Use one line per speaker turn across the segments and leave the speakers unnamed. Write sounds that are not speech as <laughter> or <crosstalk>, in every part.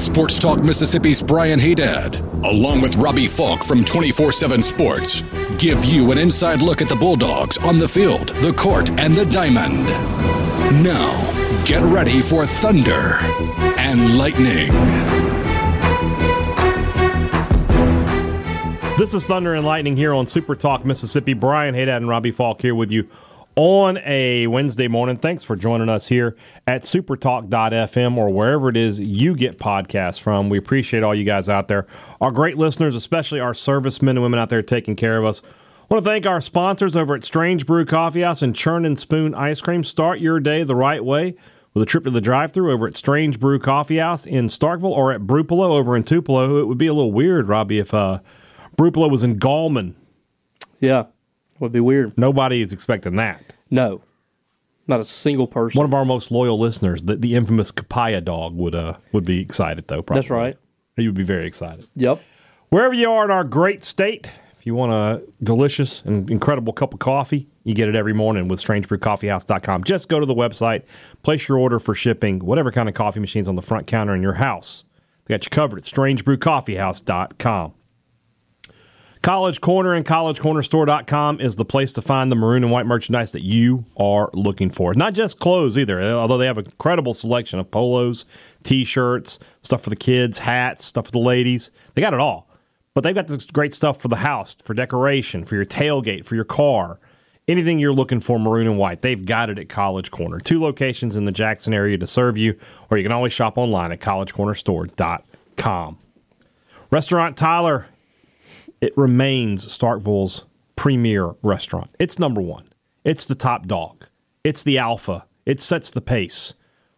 Sports Talk Mississippi's Brian Haydad, along with Robbie Falk from 24 7 Sports, give you an inside look at the Bulldogs on the field, the court, and the diamond. Now, get ready for Thunder and Lightning.
This is Thunder and Lightning here on Super Talk Mississippi. Brian Haydad and Robbie Falk here with you on a Wednesday morning. Thanks for joining us here at supertalk.fm or wherever it is you get podcasts from. We appreciate all you guys out there, our great listeners, especially our servicemen and women out there taking care of us. want to thank our sponsors over at Strange Brew Coffee House and Churn and Spoon Ice Cream. Start your day the right way with a trip to the drive thru over at Strange Brew Coffee House in Starkville or at Brupolo over in Tupelo. It would be a little weird, Robbie, if uh, Brupolo was in Gallman.
Yeah, would be weird.
Nobody is expecting that.
No, not a single person.
One of our most loyal listeners, the, the infamous Kapaya dog, would uh would be excited though. Probably.
That's right.
He would be very excited.
Yep.
Wherever you are in our great state, if you want a delicious and incredible cup of coffee, you get it every morning with strangebrewcoffeehouse.com. Just go to the website, place your order for shipping, whatever kind of coffee machine's on the front counter in your house. They got you covered at strangebrewcoffeehouse.com. College Corner and collegecornerstore.com is the place to find the maroon and white merchandise that you are looking for. Not just clothes either, although they have an incredible selection of polos, t shirts, stuff for the kids, hats, stuff for the ladies. They got it all. But they've got this great stuff for the house, for decoration, for your tailgate, for your car. Anything you're looking for, maroon and white, they've got it at College Corner. Two locations in the Jackson area to serve you, or you can always shop online at collegecornerstore.com. Restaurant Tyler it remains Starkville's premier restaurant. It's number one. It's the top dog. It's the alpha. It sets the pace.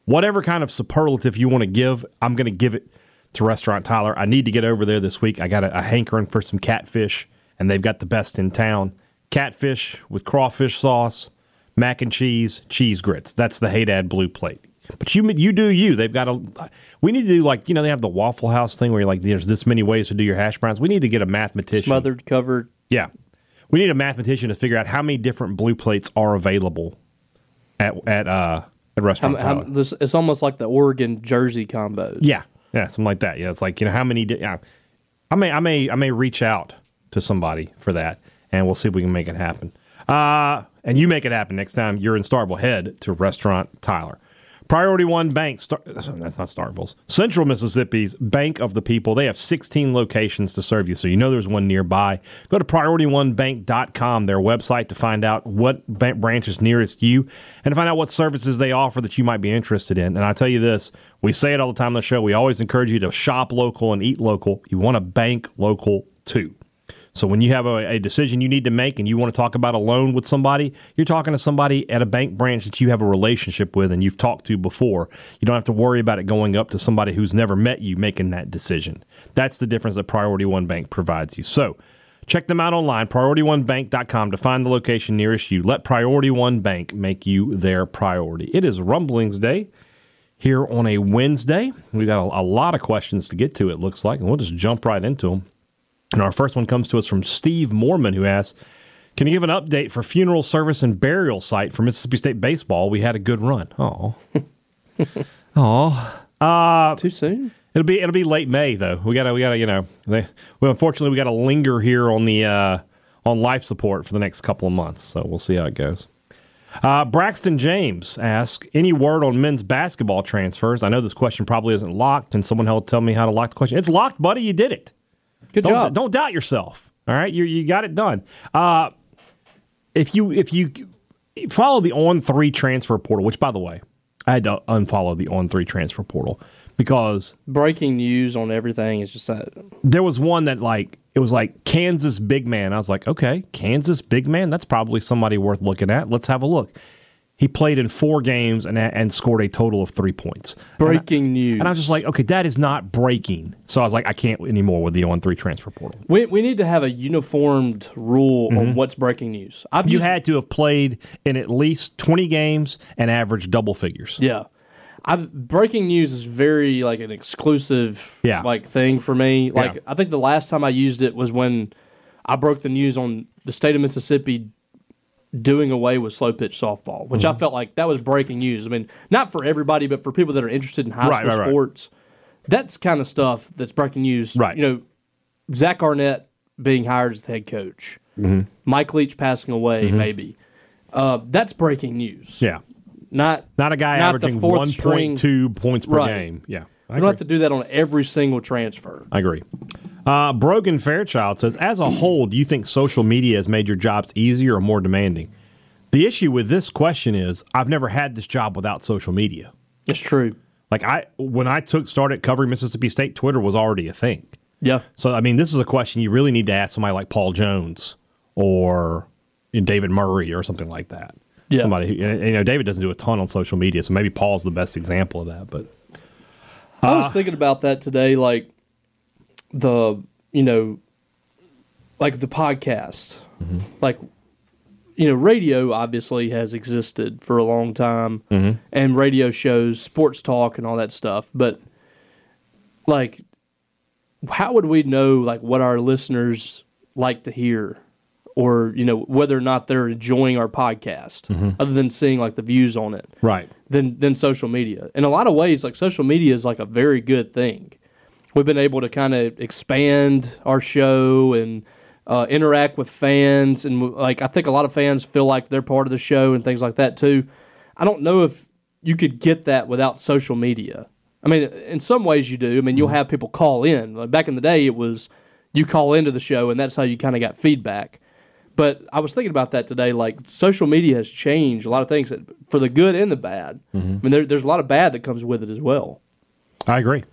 Whatever kind of superlative you want to give, I'm going to give it to Restaurant Tyler. I need to get over there this week. I got a, a hankering for some catfish, and they've got the best in town. Catfish with crawfish sauce, mac and cheese, cheese grits. That's the Haydad Blue Plate. But you you do you. They've got a. We need to do like you know they have the Waffle House thing where you're like there's this many ways to do your hash browns. We need to get a mathematician.
Smothered, covered.
Yeah, we need a mathematician to figure out how many different blue plates are available at at uh at
How,
restaurant.
how,
Tyler.
this, it's almost like the Oregon Jersey combos.
yeah, yeah, something like that. Yeah, it's like you know how many. Di- yeah. I may I may I may reach out to somebody for that, and we'll see if we can make it happen. Uh, and you make it happen next time you're in Starville. Head to Restaurant Tyler. Priority One Bank, Star- <clears throat> that's not Starville's, Central Mississippi's Bank of the People. They have 16 locations to serve you, so you know there's one nearby. Go to PriorityOneBank.com, their website, to find out what bank branch is nearest you and to find out what services they offer that you might be interested in. And I tell you this, we say it all the time on the show. We always encourage you to shop local and eat local. You want to bank local too. So when you have a, a decision you need to make and you want to talk about a loan with somebody, you're talking to somebody at a bank branch that you have a relationship with and you've talked to before. You don't have to worry about it going up to somebody who's never met you making that decision. That's the difference that Priority One Bank provides you. So check them out online, priorityonebank.com, to find the location nearest you. Let Priority One Bank make you their priority. It is Rumblings Day here on a Wednesday. We've got a, a lot of questions to get to, it looks like, and we'll just jump right into them. And our first one comes to us from Steve Mormon, who asks, "Can you give an update for funeral service and burial site for Mississippi State baseball? We had a good run. Oh, oh,
Too soon.
it'll be it'll be late May though. We gotta we gotta you know they, well unfortunately we gotta linger here on the uh, on life support for the next couple of months. So we'll see how it goes." Uh, Braxton James asks, any word on men's basketball transfers? I know this question probably isn't locked, and someone will tell me how to lock the question. It's locked, buddy. You did it.
Good
Don't,
job.
don't doubt yourself. All right, you you got it done. Uh, if you if you follow the on three transfer portal, which by the way, I had to unfollow the on three transfer portal because
Breaking news on everything is just that.
there was one that like it was like Kansas big man. I was like, okay, Kansas big man. That's probably somebody worth looking at. Let's have a look. He played in four games and and scored a total of three points.
Breaking news.
And I was just like, okay, that is not breaking. So I was like, I can't anymore with the 0 3 transfer portal.
we, we need to have a uniformed rule on what's breaking news. I've
You
used,
had to have played in at least 20 games and averaged double figures.
yeah. I've breaking news is very like an exclusive
Yeah.
like thing for me. Like
Yeah.
I think the last time I used it was when I broke the news on the state of Mississippi doing away with slow pitch softball, which
Mm-hmm.
I felt like that was breaking news. I mean, not for everybody, but for people that are interested in high
Right,
school
right, right.
sports, that's kind of stuff that's breaking news.
Right.
You know, Zach Arnett being hired as the head coach,
Mm-hmm.
Mike Leach passing away, maybe. Uh, that's breaking news.
Yeah.
Not
Not a guy
Not the
averaging
fourth string.
1.2 points per
Right.
game. Yeah. I
You
agree.
don't have to do that on every single transfer.
I agree. Uh, Brogan Fairchild says, as a whole, do you think social media has made your jobs easier or more demanding? The issue with this question is, I've never had this job without social media.
It's true.
Like I, when I took started covering Mississippi State, Twitter was already a thing.
Yeah.
So I mean, this is a question you really need to ask somebody like Paul Jones or you know, David Murray or something like that.
Yeah.
Somebody who and, you know David doesn't do a ton on social media, so maybe Paul's the best example of that. But
I was thinking about that today, like the you know, like the podcast, like you know, radio obviously has existed for a long time, and radio shows, sports talk, and all that stuff. But like, how would we know like what our listeners like to hear? Or you know whether or not they're enjoying our podcast, other than seeing like the views on it,
right,
than than social media. In a lot of ways, like social media is like a very good thing. We've been able to kind of expand our show and uh, interact with fans, and like I think a lot of fans feel like they're part of the show and things like that too. I don't know if you could get that without social media. I mean, in some ways you do. I mean, you'll have people call in. Like back in the day, it was you call into the show, and that's how you kind of got feedback. But I was thinking about that today. Like social media has changed a lot of things for the good and the bad. I mean, there, there's a lot of bad that comes with it as well.
I agree,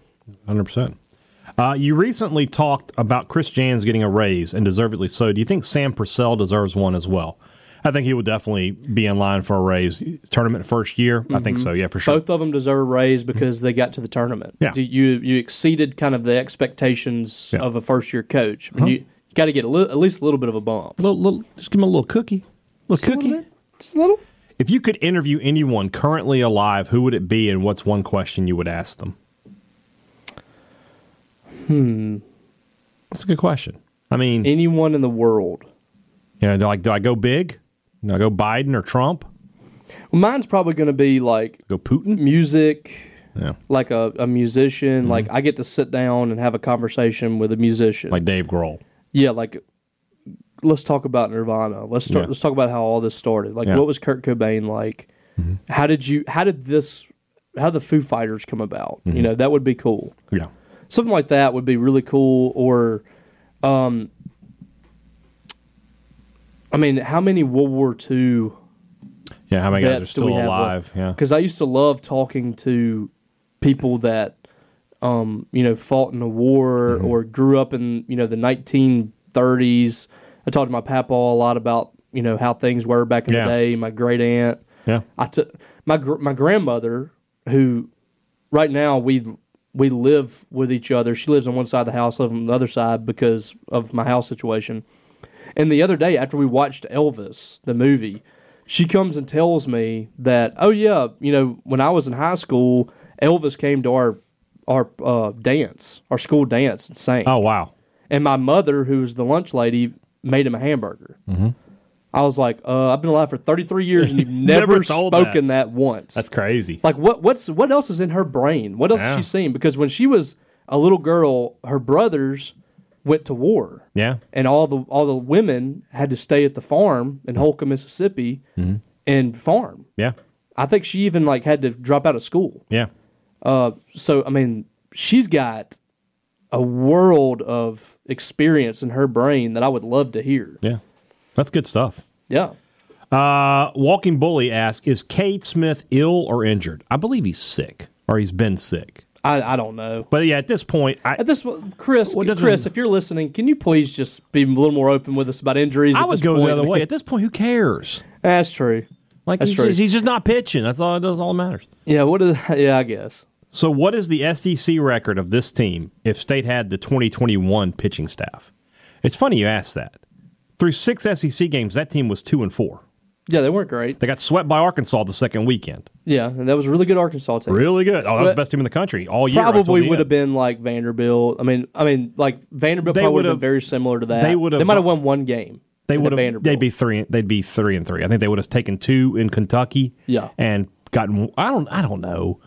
hundred percent. Uh, you recently talked about Chris Jans getting a raise and deservedly so. Do you think Sam Purcell deserves one as well? I think he would definitely be in line for a raise. Tournament first year, I think so. Yeah, for sure.
Both of them deserve a raise because they got to the tournament.
Yeah.
Do- You you exceeded kind of the expectations
Yeah.
of a first year coach. I mean, You, got to get a li- at least a little bit of a bump.
Little, little, just give him a little cookie, little
Just a
cookie.
little bit. Just a little.
If you could interview anyone currently alive, who would it be, and what's one question you would ask them? Hmm, that's a good question. I mean,
Anyone in the world.
you know, they're like, do I go big? Do I go Biden or Trump?
Well, mine's probably going to be like
Go Putin?
music.
Yeah,
Like a, a musician, like I get to sit down and have a conversation with a musician.
like Dave Grohl.
yeah, like let's talk about Nirvana. Let's start,
Yeah.
let's talk about how all this started. Like,
Yeah. Mm-hmm.
what was Kurt Cobain like? How did you? How did this? How did the Foo Fighters come about?
Mm-hmm.
You know, that would be cool.
Yeah,
Something like that would be really cool. Or, um, I mean, how many World War II
yeah. How many guys are
vets do
still
we have?
alive? Yeah,
because I used to love talking to people that, um, you know, fought in the war
Mm-hmm.
or grew up in you know the 1930s. I talked to my papa a lot about you know how things were back in
Yeah.
the day. My great aunt.
yeah,
I took my gr- my grandmother, who right now we we live with each other. She lives on one side of the house, I live on the other side because of my house situation. And the other day, after we watched Elvis the movie, she comes and tells me that, oh yeah, you know, when I was in high school, Elvis came to our our uh, dance, our school dance, and sang.
Oh wow,
And my mother, who was the lunch lady, made him a hamburger. Mm-hmm. I was like, uh, I've been alive for 33 years and you've
<laughs>
never,
Never told that.
spoken that, once.
that's crazy.
like what? What's what else is in her brain? What else
Yeah.
has she seen? Because when she was a little girl, her brothers went to war
Yeah,
and all the all the women had to stay at the farm in Holcomb, Mississippi,
Mm-hmm.
and farm.
yeah,
I think she even like had to drop out of school.
yeah.
Uh, so I mean, she's got a world of experience in her brain that I would love to hear.
Yeah, that's good stuff.
Yeah,
Uh, Walking Bully asks, is Cade Smith ill or injured? I believe he's sick, or he's been sick.
I, I don't know.
But yeah, at this point, I,
At this, one- Chris,
Well, it doesn't-
Chris, if you're listening, can you please just be a little more open with us about injuries?
I
at
would
this
go
point?
the other way. At this point, who cares?
<laughs> That's true.
Like
That's
he's,
true.
just, he's just not pitching. That's all. That's all that matters.
Yeah, what is? Yeah, I guess.
So, what is the SEC record of this team if State had the 2021 pitching staff? It's funny you asked that. Through six SEC games, that team was two and four.
Yeah, they weren't great.
They got swept by Arkansas the second weekend.
Yeah, and that was a really good Arkansas team.
Really good. Oh, that was the
But-
best team in the country all year. until
Probably
the
would have
end.
been like Vanderbilt. I mean, I mean, like Vanderbilt
They
probably would have
would've-
been very similar to that.
they would've-
They might have won one game.
They
into
would have.
Vanderbilt.
They'd be three. They'd be three and three. I think they would have taken two in Kentucky.
Yeah.
and gotten. I don't. I don't know.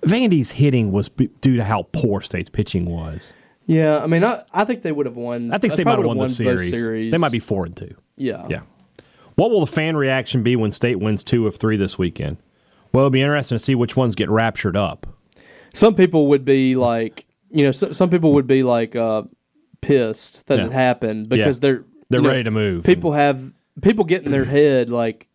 Vandy's hitting was b- due to how poor State's pitching was.
Yeah, I mean, I, I think they would have won.
I think State might
probably
have won, the
would've won both
series. They might be four and two.
Yeah.
Yeah. What will the fan reaction be when State wins two of three this weekend? Well, it'll be interesting to see which ones get raptured up.
Some people would be like, you know, so, some people would be like uh, pissed that
Yeah.
it happened because
Yeah.
they're
They're
you know,
ready to move.
People have people get in their head like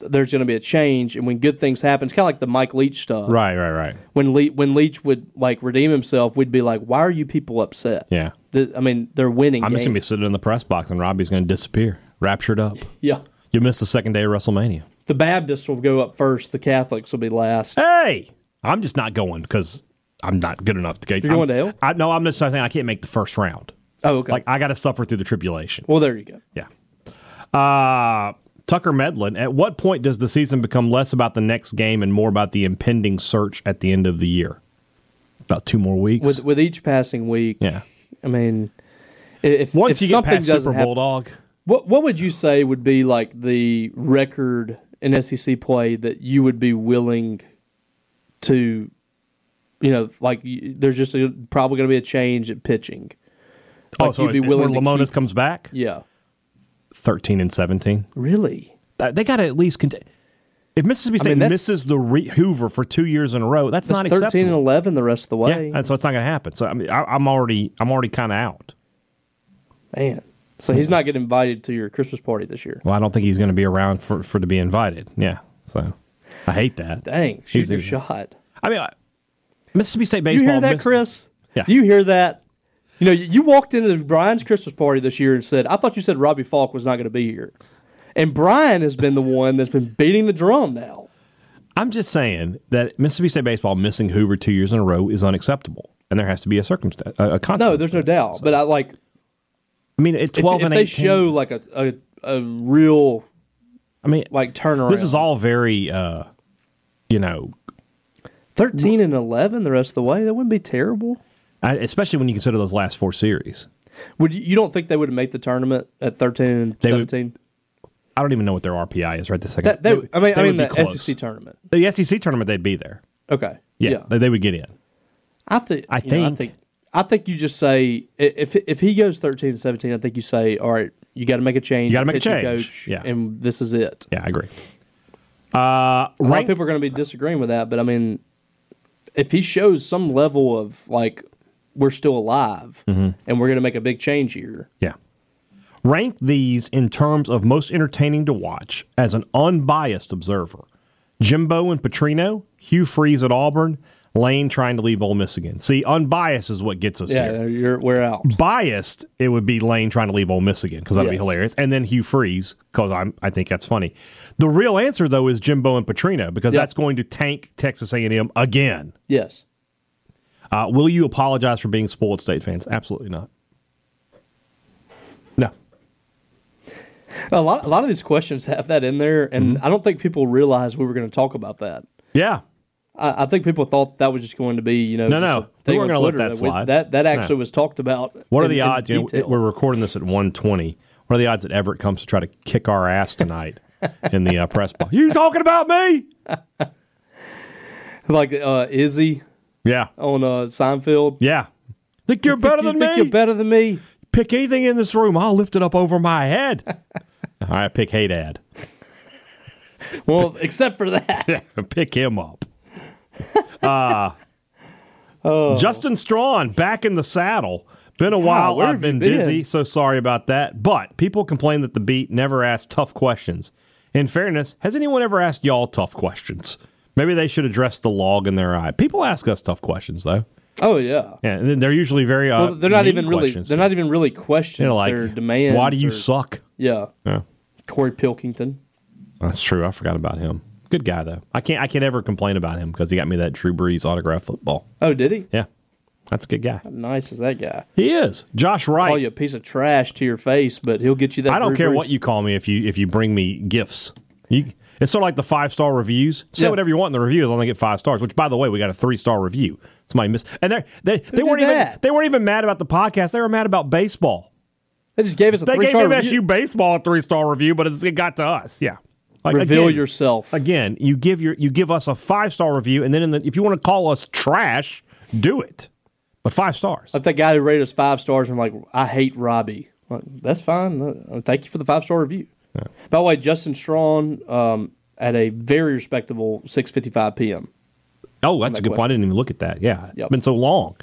there's going to be a change, and when good things happen, it's kind of like the Mike Leach stuff.
Right, right, right.
when Le- when Leach would like redeem himself, we'd be like, "Why are you people upset?"
Yeah.
Th- I mean, they're winning.
I'm just gonna be
games.
sitting in the press box and Robbie's gonna disappear, raptured up.
yeah.
You missed the second day of WrestleMania.
The Baptists will go up first. The Catholics will be last.
Eh. Hey, I'm just not going because I'm not good enough to get.
You're
I'm-
going to hell?
I no, I'm just saying I can't make the first round.
Oh, okay.
Like I got to suffer through the tribulation.
well, there you go.
Yeah. Uh, Tucker Medlin, at what point does the season become less about the next game and more about the impending search at the end of the year? About two more weeks.
With with each passing week,
yeah.
I mean, i- if
Once
if
you get
something
past
doesn't
Super
happen,
Bulldog,
what what would you say would be like the record in SEC play that you would be willing to, you know, like y- there's just a, probably going to be a change at pitching. Like,
so it- when
to
Oh, Lamona's
keep-
comes back,
Yeah.
thirteen and seventeen.
Really?
Uh, They got to at least cont- If Mississippi State
mean, that's-
misses the re- Hoover for two years in a row, that's,
That's
not
13
acceptable.
and 11 the rest of the way.
Yeah, and so it's not going to happen. So I mean, I, I'm already, I'm already kind of out.
Man. So he's not getting invited to your Christmas party this year.
Well, I don't think he's going to be around for, for to be invited. Yeah, so I hate that.
Dang, shoot
He's-
your shot.
I mean, I- Mississippi State
You
baseball.
hear that,
miss-
Chris?
Yeah.
Do you hear that? You know, you- you walked into Brian's Christmas party this year and said, I thought you said Robbie Falk was not going to be here. And Brian has been the one that's been beating the drum now.
I'm just saying that Mississippi State baseball missing Hoover two years in a row is unacceptable, and there has to be a circumstance, a, a consequence.
No, there's
to
no
it.
doubt. But I like,
I mean, it's
if,
12
if
and
they
18.
show like a, a, a real
I mean,
like turnaround.
this is all very, uh, you know,
13 and 11 the rest of the way. That wouldn't be terrible.
I, especially when you consider those last four series.
Would you, you don't think they would have made the tournament at thirteen and
They would-
seventeen?
I don't even know what their RPI is right this second.
that, they, would- I mean, I
would
mean
be
the
close.
SEC tournament.
the SEC tournament, they'd be there.
Okay,
Yeah,
yeah.
They, they would get in.
I think.
I
you know, I
think-
think. I think you just say i- if if he goes thirteen and seventeen, I think you say, all right, you got to make a change.
You gotta make a
pitching
change.
coach,
Yeah.
and this is it.
Yeah, I agree. Uh,
A lot of
ranked-
people are going to be disagreeing with that, but I mean, if he shows some level of like we're still alive
Mm-hmm.
and we're going to make a big change here,
Yeah. Rank these in terms of most entertaining to watch as an unbiased observer. Jimbo and Petrino, Hugh Freeze at Auburn, Lane trying to leave Ole Miss again. See, unbiased is what gets us
yeah,
here.
you're we're out.
Biased, it would be Lane trying to leave Ole Miss again because that'd be
Yes.
hilarious, and then Hugh Freeze because I'm I think that's funny. The real answer though is Jimbo and Petrino because
Yeah.
that's going to tank Texas A&M again.
Yes,
Uh, will you apologize for being spoiled state fans? Absolutely not. No,
a lot a lot of these questions have that in there, and
Mm-hmm.
I don't think people realize we were going to talk about that.
yeah,
I, I think people thought that was just going to be, you know,
No,
just
no.
a thing
We weren't
on
gonna let
Twitter
that
we-
slide.
That that
No.
actually was talked about.
What are
in-
the
in
odds? You know,
detail.
we're recording this at 120. What are the odds that Everett comes to try to kick our ass
<laughs>
tonight in the uh, press box? You talking about me?
<laughs> like uh, Izzy
Yeah.
on uh, Seinfeld.
Yeah. Think you're better
you
than
think
me?
You're better than me.
pick anything in this room. I'll lift it up over my head.
<laughs>
All right, pick Haydad. <laughs>
Well, except for that.
Pick him
<laughs>
up. Uh,
Oh.
Justin Strawn back in the saddle. Been a while.
where
I've
have you
been,
been?
busy, so sorry about that. But people complain that the beat never asked tough questions. In fairness, has anyone ever asked y'all tough questions? Maybe they should address the log in their eye. People ask us tough questions though.
<laughs> Oh yeah.
Yeah, and then they're usually very. Uh,
Well, they're not
mean
even really.
questions.
They're not even really questions.
You know, like
their demands.
Why do you
or-
suck?
Yeah.
Yeah.
Corey Pilkington.
That's true. I forgot about him. Good guy though. I can't I can't ever complain about him because he got me that Drew Brees autograph football.
Oh, did he?
Yeah. That's a good guy.
Nice is that guy?
He is. Josh
Call
Wright.
you a piece of trash to your face, but he'll get you that.
I don't
Oh, Drew
care
Brees.
what you call me if you if you bring me gifts. You, it's sort of like the five star reviews. Say
Yeah.
whatever you want in the review as long as I get five stars. Which, by the way, we got a three star review. Somebody missed, and they they, they
did
weren't even
that?
they weren't even mad about the podcast. They were mad about baseball.
They just gave us a
They
three
gave
star
MSU baseball a three star review, but it's, it got to us. Yeah, Like,
Reveal
again-
yourself.
again. You give your you give us a five star review, and then in the, if you want to call us trash, do it. But five stars.
Like that guy who rated us five stars and like, I hate Robbie. Like, That's fine. Uh, Thank you for the five star review. By the way, Justin Strawn um, at a very respectable six fifty five p.m.
Oh, that's a
that
good point. I
question.
didn't even look at that. Yeah. It's
Yep.
been so long.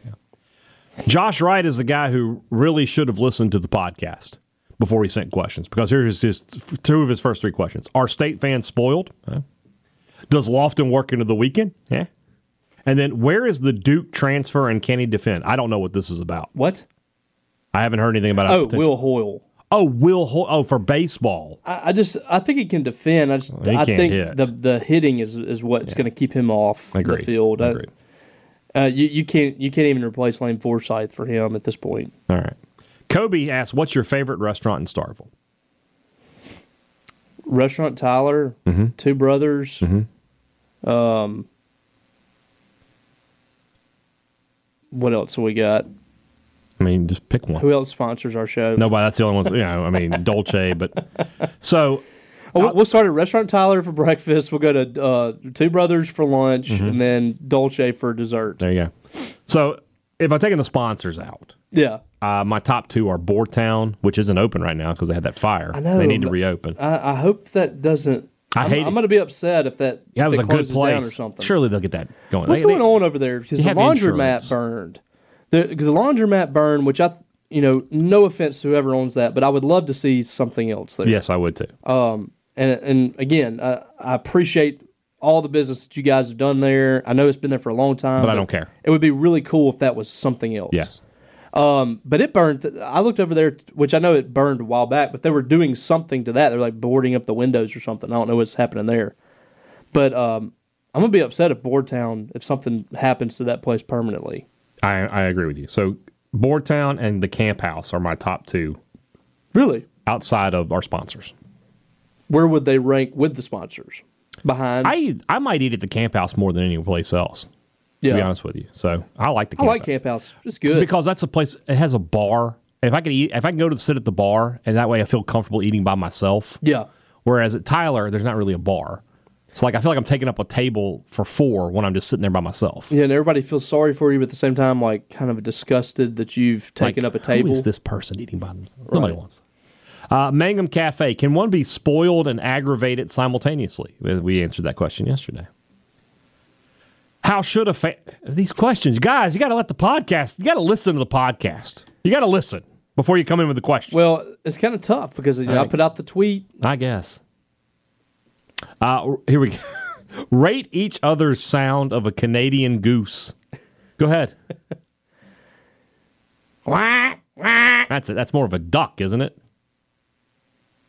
Josh Wright is the guy who really should have listened to the podcast before he sent questions because here's his two of his first three questions. Are state fans spoiled? Huh? Does Lofton work into the weekend? Yeah. And then where is the Duke transfer and can he defend? I don't know what this is about.
What?
I haven't heard anything about it.
Oh, Will Hoyle.
Oh, Will Hol- Oh, for baseball.
I, I just I think he can defend. I just
he
I
can't
think
hit.
the the hitting is is what's going to keep him off
I agree.
the field.
I
I-
agree.
uh, you you can't you can't even replace Lane Forsythe for him at this point.
All right. Kobe asks, what's your favorite restaurant in Starville?
Restaurant Tyler,
Mm-hmm.
Two Brothers. Um, what else have we got?
I mean, just pick one.
Who else sponsors our show?
Nobody. That's the only ones. You know, I mean, Dolce.
<laughs>
But so
Oh, we'll- we'll start at Restaurant Tyler for breakfast. We'll go to uh, Two Brothers for lunch, and then Dolce for
Mm-hmm.
dessert.
there you go. So if I'm taking the sponsors out,
Yeah,
uh, my top two are Boardtown, which isn't open right now because they had that fire.
I know,
they need to
but-
reopen.
I, I hope that doesn't.
I
I'm,
hate
I'm
it.
going to be upset if that.
yeah, it
if
was a good
closes down
place.
or something.
Surely they'll get that going.
What's
They- they-
going on over there? Because
They
the
have insurance.
laundromat burned. The, 'cause the laundromat burned, which I, you know, no offense to whoever owns that, but I would love to see something else there. Oh,
Yes, I would too.
And and again, I, I appreciate all the business that you guys have done there. I know it's been there for a long time,
But I don't care.
It would be really cool if that was something else.
yes.
But it burned. I looked over there, which I know it burned a while back, but they were doing something to that. They're like boarding up the windows or something. I don't know what's happening there. But um, I'm gonna be upset if Boardtown if something happens to that place permanently.
I, I agree with you. So Boardtown and the Camp House are my top two
Really,
outside of our sponsors.
where would they rank with the sponsors? Behind,
I I might eat at the Camp House more than any place else. To
yeah,
be honest with you. So I like the
I
Camp
like
House.
Camp House. It's good.
because that's a place it has a bar. If I could eat, if I can go to sit at the bar, and that way I feel comfortable eating by myself.
yeah,
Whereas at Tyler, there's not really a bar. It's like I feel like I'm taking up a table for four when I'm just sitting there by myself.
yeah, and everybody feels sorry for you, but at the same time, like kind of disgusted that you've taken
Like,
up a table.
Who is this person eating by themselves? Nobody wants. it. Uh, Mangum Cafe. Can one be spoiled and aggravated simultaneously? We- We answered that question yesterday. How should a fa- these questions, guys? You got to let the podcast. You got to listen to the podcast. You got to listen before you come in with the question.
Well, it's kind of tough because you know, I
Alright.
put out the tweet.
I guess. Uh, here we go. <laughs> Rate each other's sound of a Canadian goose. Go ahead. that's it. That's more of a duck, isn't it?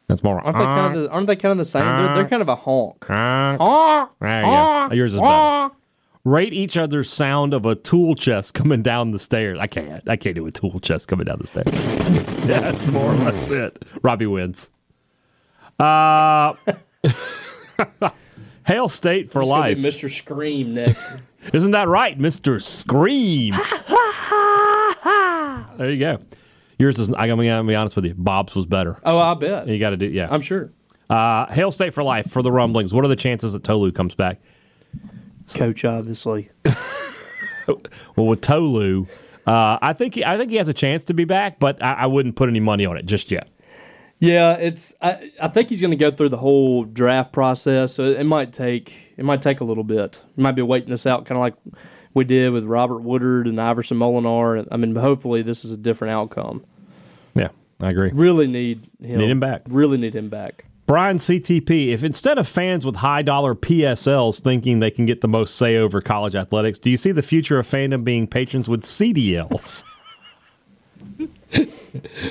That's more.
Aren't they kind
uh,
of the, aren't they kind of the same? They're, they're kind of a honk.
There you go. Yours is better. Rate each other's sound of a tool chest coming down the stairs. I can't. I can't do a tool chest coming down the stairs. <laughs> That's more or less it. Robbie wins. Uh, <laughs> Hail State for
It's gonna
life.
be Mr. Scream next.
Isn't that right, Mr. Scream? there you go. Yours is, I'm going to be honest with you, Bob's was better.
<laughs> oh, I bet.
You got to do, yeah.
I'm sure.
Uh, Hail State for life for the rumblings. What are the chances that Tolu comes back?
Coach, obviously.
Well, with Tolu, uh, I think he, I think he has a chance to be back, but I, I wouldn't put any money on it just yet.
Yeah, it's. I, I think he's going to go through the whole draft process, so it might take it might take a little bit. We might be waiting this out, kind of like we did with Robert Woodard and Iverson Molinar. I mean, hopefully this is a different outcome.
Yeah, I agree.
Really need him.
Need him back.
Really need him back.
Brian CTP, if instead of fans with high dollar PSLs thinking they can get the most say over college athletics, do you see the future of fandom being patrons with <laughs> CDLs?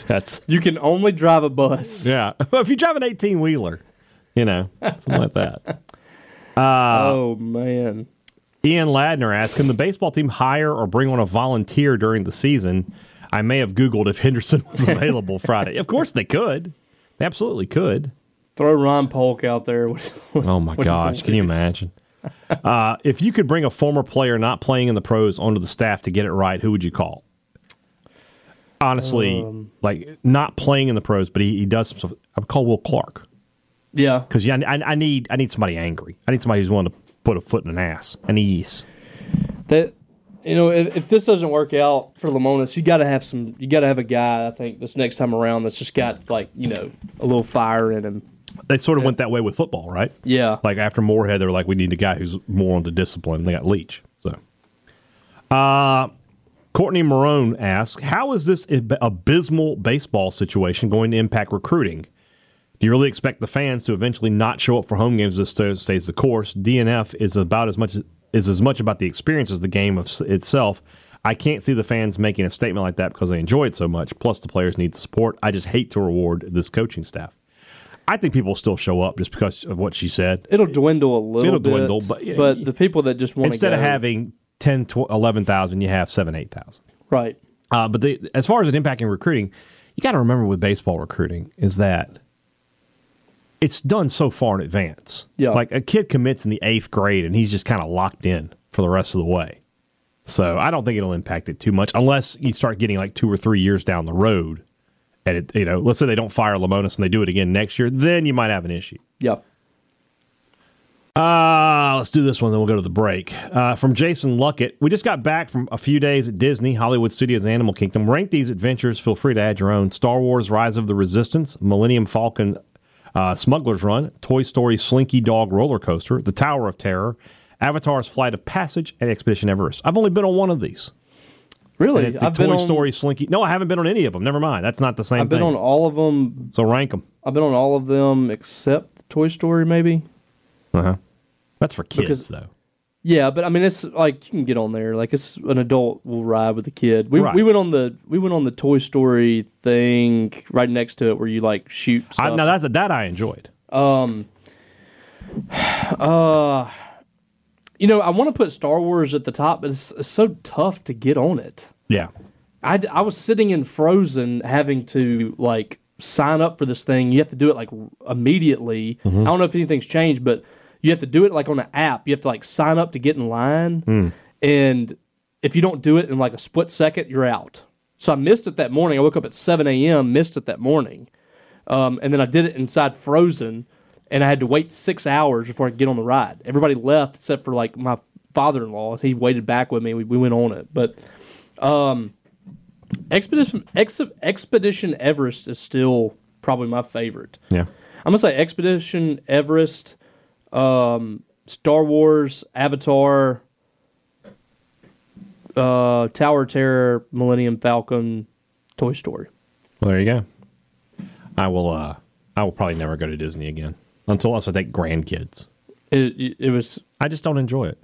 That's
You can only drive a bus.
<laughs> yeah. Well, if you drive an eighteen wheeler, you know, something like that.
oh man.
Ian Ladner asked, "Can the baseball team hire or bring on a volunteer during the season?" I may have Googled if Henderson was available Friday. Of course, they could. They absolutely could.
Throw Ron Polk out there. with-
Oh my
with
gosh, can you
Wolverine.
imagine? Uh, if you could bring a former player not playing in the pros onto the staff to get it right, who would you call? Honestly, like not playing in the pros, but he, he does some stuff. I would call Will Clark
Yeah.
because yeah, I, I need I need somebody angry. I need somebody who's willing to put a foot in an ass, an ease.
that you know if, if this doesn't work out for Lamonis, you got to have some. You got to have a guy. I think this next time around that's just got like you know a little fire in him.
They sort of went that way with football, right?
Yeah.
Like after Moorhead, they were like, we need a guy who's more into discipline. They got Leach. So, uh, Courtney Marone asks, how is this ab- abysmal baseball situation going to impact recruiting? Do you really expect the fans to eventually not show up for home games if this stays the course? DNF is about as much is as much about the experience as the game of s- itself. I can't see the fans making a statement like that because they enjoy it so much. Plus, the players need the support. I just hate to reward this coaching staff. I think people will still show up just because of what she said.
It'll dwindle a little.
It'll
bit,
dwindle, but, yeah, you-
the people that just want
Instead
go,
of having 10, 12, 11,000, you have 7, 8,000.
right,
Uh, but the, as far as it impacting recruiting, you got to remember with baseball recruiting is that it's done so far in advance.
Yeah.
Like a kid commits in the eighth grade and he's just kind of locked in for the rest of the way. So I don't think it'll impact it too much unless you start getting like two or three years down the road. And it, you know, let's say they don't fire Lamonis and they do it again next year, then you might have an issue.
yeah,
Uh, let's do this one, then we'll go to the break. Uh, from Jason Luckett, we just got back from a few days at Disney, Hollywood Studios, Animal Kingdom. Rank these adventures. Feel free to add your own. Star Wars: Rise of the Resistance, Millennium Falcon, uh, Smuggler's Run, Toy Story: Slinky Dog Roller Coaster, The Tower of Terror, Avatar's Flight of Passage, and Expedition Everest. I've only been on one of these.
really.
And it's the
I've
Toy
been on,
Story Slinky. No, I haven't been on any of them. Never mind. That's not the same
I've been
thing.
on all of them.
so rank them.
I've been on all of them except Toy Story, maybe.
Uh huh. That's for kids,
Because-
though.
Yeah, but I mean, it's like you can get on there. Like it's an adult will ride with a kid. We,
Right.
we went on the we went on the Toy Story thing right next to it where you like shoot. Stuff.
I, now that that I enjoyed.
you know, I want to put Star Wars at the top, but it's, it's so tough to get on it.
Yeah.
I, d- I was sitting in Frozen having to like sign up for this thing. You have to do it like immediately. I don't know if anything's changed, but you have to do it like on an app. You have to like sign up to get in line. And if you don't do it in like a split second, you're out. So I missed it that morning. I woke up at 7 a.m., missed it that morning. Um, and then I did it inside Frozen, and I had to wait six hours before I could get on the ride. Everybody left except for like my father in law. He waited back with me. We, we went on it. But um, Expedition Ex- Expedition Everest is still probably my favorite.
Yeah.
I'm gonna say Expedition Everest, um, Star Wars, Avatar, uh, Tower of Terror, Millennium Falcon, Toy Story.
Well, there you go. I will. uh I will probably never go to Disney again until unless I take grandkids.
It, it, it was
I just don't enjoy it.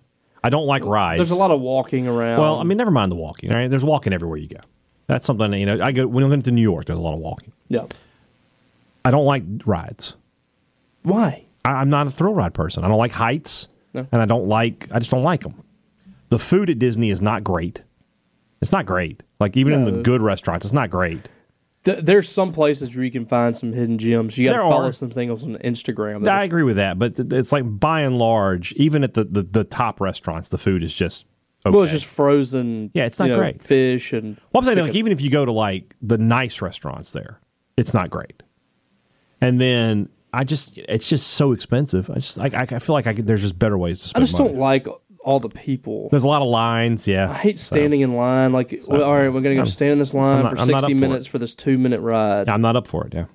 I don't like rides.
there's a lot of walking around.
Well, I mean, never mind the walking. All right, there's walking everywhere you go. That's something that, you know. I go when I went to New York. There's a lot of walking.
yeah.
I don't like rides.
Why?
I, I'm not a thrill ride person. I don't like heights,
No.
and I don't like. I just don't like them. The food at Disney is not great. It's not great. Like even in
No.
the good restaurants, it's not great.
Th- there's some places where you can find some hidden gems. You got to
There
follow
are.
some things on Instagram.
I
that
agree with that, but th- it's like by and large, even at the, the, the top restaurants, the food is just okay.
Well, it's just frozen.
Yeah, it's
you
not
know,
great.
Fish and
Well, I'm saying like even if you go to like the nice restaurants there, it's not great. And then I just it's just so expensive. I just like I, I feel like I could, there's just better ways to
I
spend.
just
money.
don't like all the people.
There's a lot of lines. Yeah,
I hate
So,
standing in line. Like, well, all right, we're gonna go stand in this line
not-
for
I'm not up
sixty
for it.
minutes for this two minute ride.
I'm not up for it. Yeah.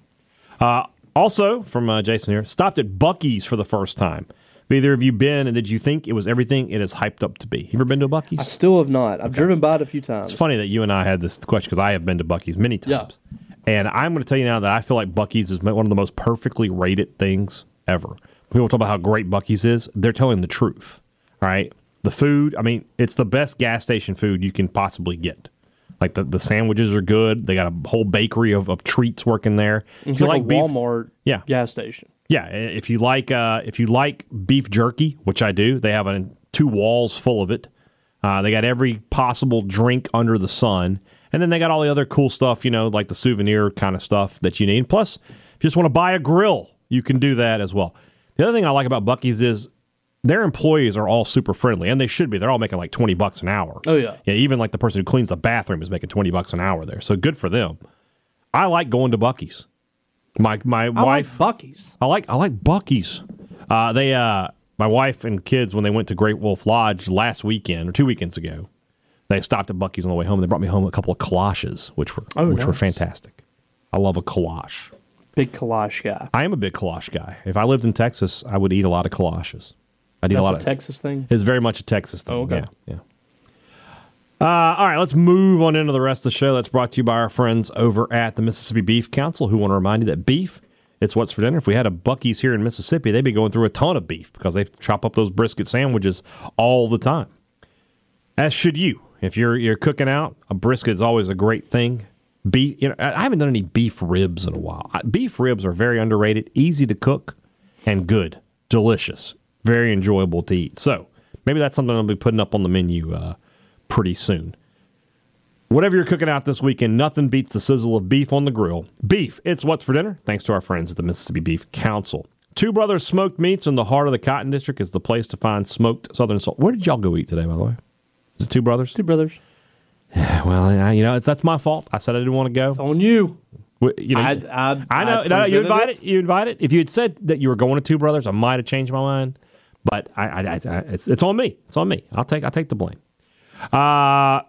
Uh, also from uh, Jason here, stopped at Bucky's for the first time. Have either of you been, and did you think it was everything it is hyped up to be? You ever been to a Bucky's?
I still have not. I've driven by it a few times.
It's funny that you and I had this question because I have been to Bucky's many times, and I'm going to tell you now that I feel like Bucky's is one of the most perfectly rated things ever. People talk about how great Bucky's is; they're telling the truth. All right, the food. I mean, it's the best gas station food you can possibly get. Like the, the sandwiches are good. They got a whole bakery of, of treats working there. If
It's
you
like, a
beef-
Walmart
Yeah.
gas station.
Yeah, i- if you like uh, if you like beef jerky, which I do, they have a, two walls full of it. Uh, they got every possible drink under the sun, and then they got all the other cool stuff, you know, like the souvenir kind of stuff that you need. Plus, if you just want to buy a grill, you can do that as well. The other thing I like about Bucky's is their employees are all super friendly, and they should be. They're all making like twenty bucks an hour.
Oh, yeah.
yeah. Even like the person who cleans the bathroom is making twenty bucks an hour there, so good for them. I like going to Bucky's. My my
I
wife
like Bucky's.
I like I like Bucky's. Uh, they uh, my wife and kids when they went to Great Wolf Lodge last weekend or two weekends ago, they stopped at Bucky's on the way home. They brought me home a couple of kolaches, which were
Oh,
which were
nice.
fantastic. I love a kolache.
Big Kalash guy.
I am a big kolache guy. If I lived in Texas, I would eat a lot of kolaches. I eat a
That's
lot
a
of
Texas thing.
It's very much a Texas thing.
Oh, okay.
Yeah. yeah. Uh, all right, let's move on into the rest of the show. That's brought to you by our friends over at the Mississippi Beef Council, who want to remind you that beef, it's what's for dinner. If we had a Bucky's here in Mississippi, they'd be going through a ton of beef because they chop up those brisket sandwiches all the time. As should you. If you're you're cooking out, a brisket is always a great thing. Beef, you know, I I haven't done any beef ribs in a while. I- Beef ribs are very underrated, easy to cook, and good, delicious, very enjoyable to eat. So maybe that's something I'll be putting up on the menu uh, pretty soon. Whatever you're cooking out this weekend, nothing beats the sizzle of beef on the grill. Beef, it's what's for dinner, thanks to our friends at the Mississippi Beef Council. Two Brothers Smoked Meats in the heart of the Cotton District is the place to find smoked Southern salt. Where did y'all go eat today, by the way? Is it Two Brothers?
Two brothers.
Well, I, you know, it's, that's my fault. I said I didn't want to go.
It's on you.
W- you know,
I-
I,
I-
know.
I
no, you
presented
invite it.
it.
You invite it. If you had said that you were going to Two Brothers, I might have changed my mind. But I, I, I, I it's, it's on me. It's on me. I'll take, I'll take the blame. Uh,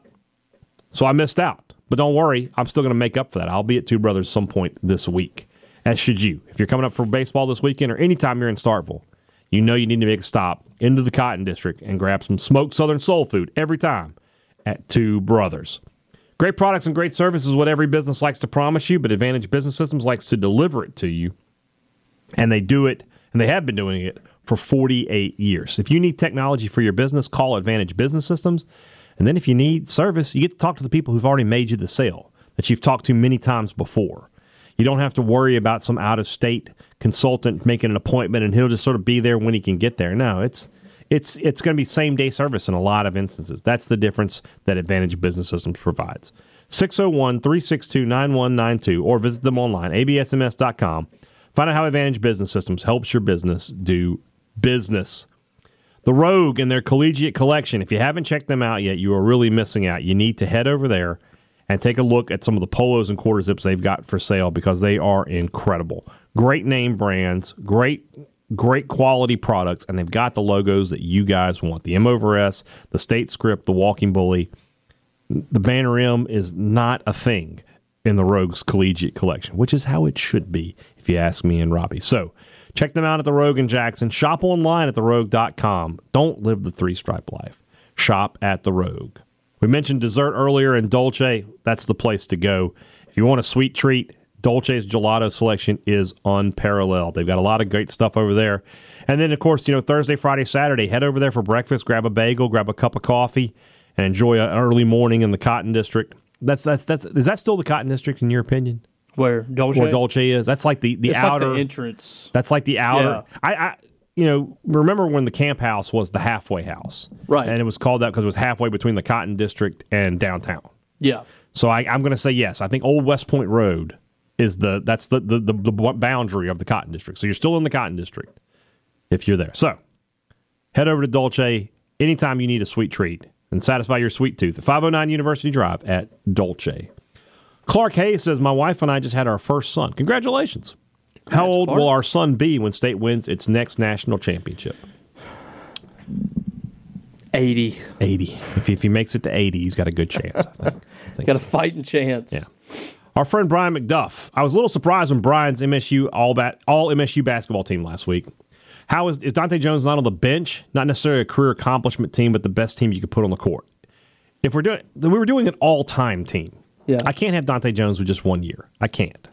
so I missed out. But don't worry, I'm still going to make up for that. I'll be at Two Brothers some point this week, as should you. If you're coming up for baseball this weekend or anytime you're in Starkville, you know you need to make a stop into the Cotton District and grab some smoked Southern soul food every time at Two Brothers. Great products and great service is what every business likes to promise you, but Advantage Business Systems likes to deliver it to you and they do it and they have been doing it for 48 years. If you need technology for your business, call Advantage Business Systems. And then if you need service, you get to talk to the people who've already made you the sale that you've talked to many times before. You don't have to worry about some out of state consultant making an appointment and he'll just sort of be there when he can get there. No, it's it's it's going to be same day service in a lot of instances. That's the difference that Advantage Business Systems provides. 601-362-9192 or visit them online absms.com. Find out how Advantage Business Systems helps your business do business. The Rogue and their collegiate collection. If you haven't checked them out yet, you are really missing out. You need to head over there and take a look at some of the polos and quarter zips they've got for sale because they are incredible. Great name brands, great great quality products, and they've got the logos that you guys want. The M over S, the state script, the walking bully. The banner M is not a thing in the Rogues Collegiate Collection, which is how it should be, if you ask me and Robbie. So check them out at the Rogue and Jackson. Shop online at therogue.com. Don't live the three stripe life. Shop at the Rogue. We mentioned dessert earlier and Dolce. That's the place to go. If you want a sweet treat, Dolce's gelato selection is unparalleled. They've got a lot of great stuff over there. And then, of course, you know, Thursday, Friday, Saturday, head over there for breakfast, grab a bagel, grab a cup of coffee, and enjoy an early morning in the Cotton District. That's that's that's is that still the Cotton District in your opinion?
Where Dolce?
Where Dolce is? That's like the the
It's
outer.
like the entrance.
that's like the outer.
Yeah.
I, I you know remember when the camp house was the halfway house,
Right.
And it was called that because it was halfway between the Cotton District and downtown.
Yeah.
So I, I'm going to say yes. I think Old West Point Road is the that's the the, the the boundary of the Cotton District. So you're still in the Cotton District if you're there. So head over to Dolce anytime you need a sweet treat and satisfy your sweet tooth at 509 University Drive at Dolce. Clark Hayes says, "My wife and I just had our first son. Congratulations! How
Congrats,
old
Clark.
will our son be when state wins its next national championship?"
80.
80. If he, if he makes it to 80, he's got a good chance. I think. I think
<laughs> Got a
so.
fighting chance.
Yeah. Our friend Brian McDuff. I was a little surprised when Brian's MSU all bat all MSU basketball team last week. How is is Dante Jones not on the bench? Not necessarily a career accomplishment team, but the best team you could put on the court. If we're doing we were doing an all time team.
Yeah.
I can't have Dante Jones with just one year. I can't.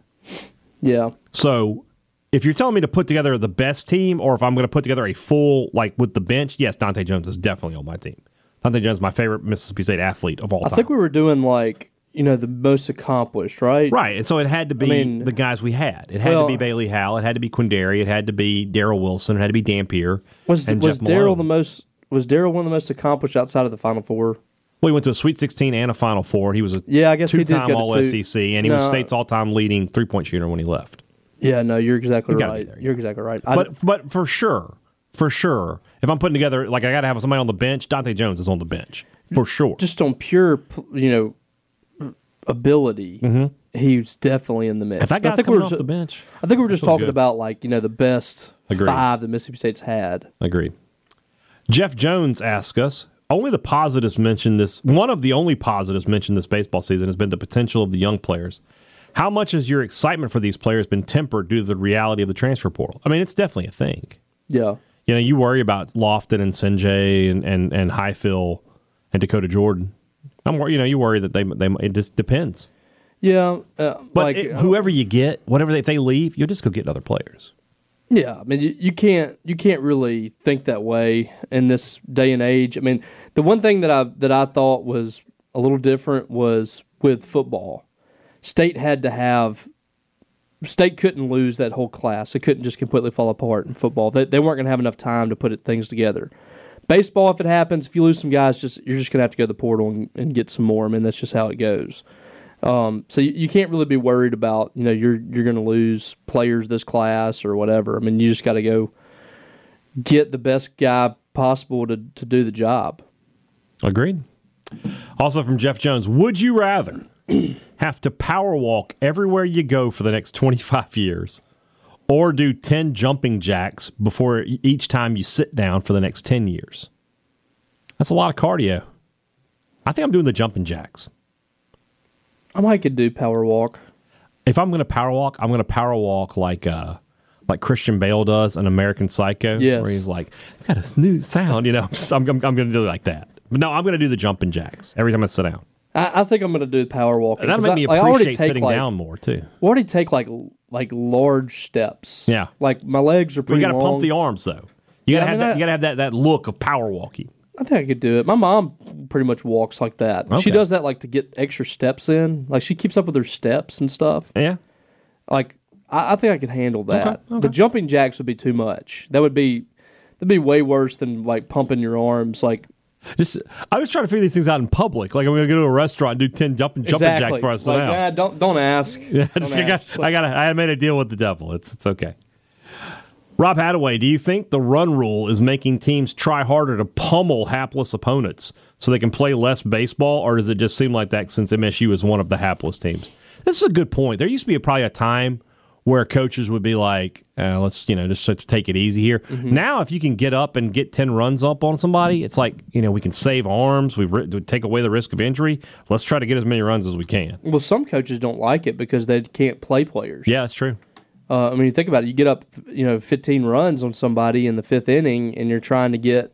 Yeah.
So if you're telling me to put together the best team or if I'm going to put together a full like with the bench, yes, Dante Jones is definitely on my team. Dante Jones is my favorite Mississippi State athlete of all
I
time.
think we were doing like you know the most accomplished, right?
Right. And so it had to be
mean-
the guys we had. It had
Well-
to be Bailey Howell. It had to be Quindary. It had to be Daryl Wilson. It had to be Dampier.
Was
and
was
Jeff
Daryl
Malone.
the most? Was Daryl one of the most accomplished outside of the Final Four?
Well, he went to a Sweet 16 and a Final Four. He was a
Yeah, I guess he did
two-time
go to
All
two.
SEC, and he was
No.
state's all-time leading three-point shooter when he left.
Yeah, no, you're exactly
You gotta be
right.
there, yeah.
You're exactly right. I-
But but for sure, for sure, if I'm putting together like I got to have somebody on the bench, Dante Jones is on the bench for sure.
just on pure, p- you know, ability, he's definitely in the mix.
Mm-hmm. if that
But
guy's
I think we
coming
were
off
ju-
the bench,
I think we were just
that's all
talking
good.
about like you know the best
Agreed.
five that Mississippi State's had.
Agreed. Jeff Jones asks us only the positives mentioned this one of the only positives mentioned this baseball season has been the potential of the young players. How much has your excitement for these players been tempered due to the reality of the transfer portal? I mean, it's definitely a thing.
Yeah,
You know, you worry about Lofton and Sanjay and and and Highfill and Dakota Jordan. I'm wor- you know you worry that they they it just depends.
yeah. Uh,
But
like,
it- whoever you get, whatever they, if they leave, you'll just go get other players.
Yeah, I mean, you, you can't you can't really think that way in this day and age. I mean, the one thing that I that I thought was a little different was with football. State had to have state couldn't lose that whole class. It couldn't just completely fall apart in football. They they weren't going to have enough time to put it, things together. Baseball, if it happens, if you lose some guys, just you're just going to have to go to the portal and, and get some more. I mean, that's just how it goes. So you, you can't really be worried about you know you're you're going to lose players this class or whatever. I mean, you just got to go get the best guy possible to to do the job.
Agreed. Also from Jeff Jones, would you rather <clears throat> have to power walk everywhere you go for the next 25 years or do 10 jumping jacks before e- each time you sit down for the next 10 years? That's a lot of cardio. I think I'm doing the jumping jacks.
I might could do power walk.
If I'm going to power walk, I'm going to power walk like uh like Christian Bale does in American Psycho,
Yes.
where he's like, "I've got a new sound," you know. <laughs> I'm, I'm, I'm going to do it like that. But no, I'm going to do the jumping jacks every time I sit down.
I, I think I'm going to do power walking.
And that
'cause
made
I-
me
like, I already
appreciate
take,
sitting
like-
down more too.
I already take like l- like large steps.
Yeah.
like my legs are
But you
pretty
got to
long.
pump the arms though. You got to
Yeah, I
have
mean,
that,
that-
You got to have that, that look of power walking.
I think I could do it. My mom pretty much walks like that.
Okay.
She does that like to get extra steps in. Like she keeps up with her steps and stuff.
Yeah.
like I, I think I could handle that. The jumping jacks would be too much. That would be that'd be way worse than like pumping your arms. Like
Just I was trying to figure these things out in public. Like I'm going to go to a restaurant and do ten jumping jumping jacks
exactly.
for us
like,
now.
nah, don't don't
<laughs>
ask.
Yeah, I
Don't
just I got,
ask.
I got I made a deal with the devil. It's it's okay. Rob Hadaway, do you think the run rule is making teams try harder to pummel hapless opponents so they can play less baseball, or does it just seem like that since MSU is one of the hapless teams? This is a good point. There used to be a, probably a time where coaches would be like, uh, "Let's you know just sort of take it easy here." Now, if you can get up and get ten runs up on somebody, it's like you know we can save arms, we ri- take away the risk of injury. Let's try to get as many runs as we can.
well, some coaches don't like it because they can't play players.
Yeah, that's true.
Uh, I mean, you think about it. You get up, you know, 15 runs on somebody in the fifth inning, and you're trying to get,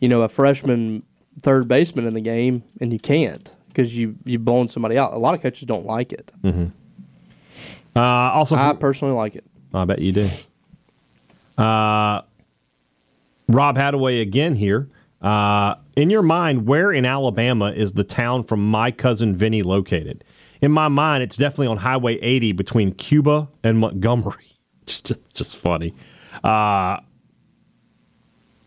you know, a freshman third baseman in the game, and you can't because you you've blown somebody out. A lot of coaches don't like it.
Mm-hmm. Uh, also,
I personally like it.
I bet you do. Uh, Rob Hadaway again here. Uh, in your mind, where in Alabama is the town from my cousin Vinny located? In my mind, it's definitely on Highway 80 between Cuba and Montgomery. <laughs> Just, just funny. Uh,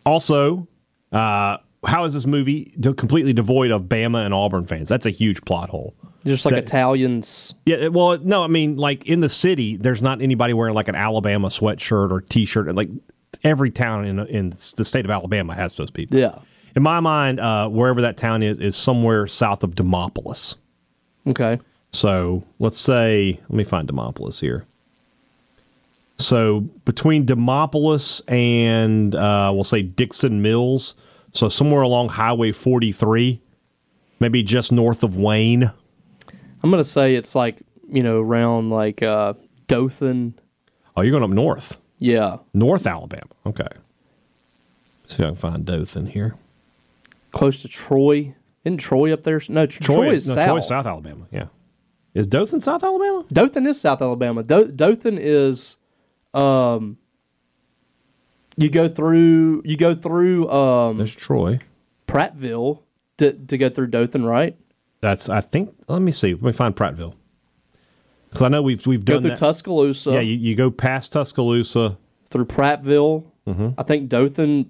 also, uh, how is this movie de- completely devoid of Bama and Auburn fans? That's a huge plot hole.
Just like
That-
Italians.
Yeah, it- well, no, I mean, like in the city, there's not anybody wearing like an Alabama sweatshirt or T-shirt. Like every town in in the state of Alabama has those people.
Yeah.
In my mind, uh, wherever that town is, is somewhere south of Demopolis.
Okay.
So let's say, let me find Demopolis here. So between Demopolis and uh, we'll say Dixon Mills, so somewhere along Highway 43, maybe just north of Wayne.
I'm gonna say it's like you know around like uh, Dothan.
Oh, you're going up north.
Yeah,
North Alabama. Okay. See if I can find Dothan here.
close to Troy. Isn't Troy up there? No, Troy, is
no,
south.
Troy's South Alabama. Yeah. Is Dothan South Alabama?
Dothan is South Alabama. Do- Dothan is, um, you go through you go through um,
There's Troy.
Prattville to, to go through Dothan, right?
That's I think. Let me see. Let me find Prattville. Because I know we've we've
Go
done
through
that.
Tuscaloosa,
yeah, you, you go past Tuscaloosa.
through Prattville. I think Dothan.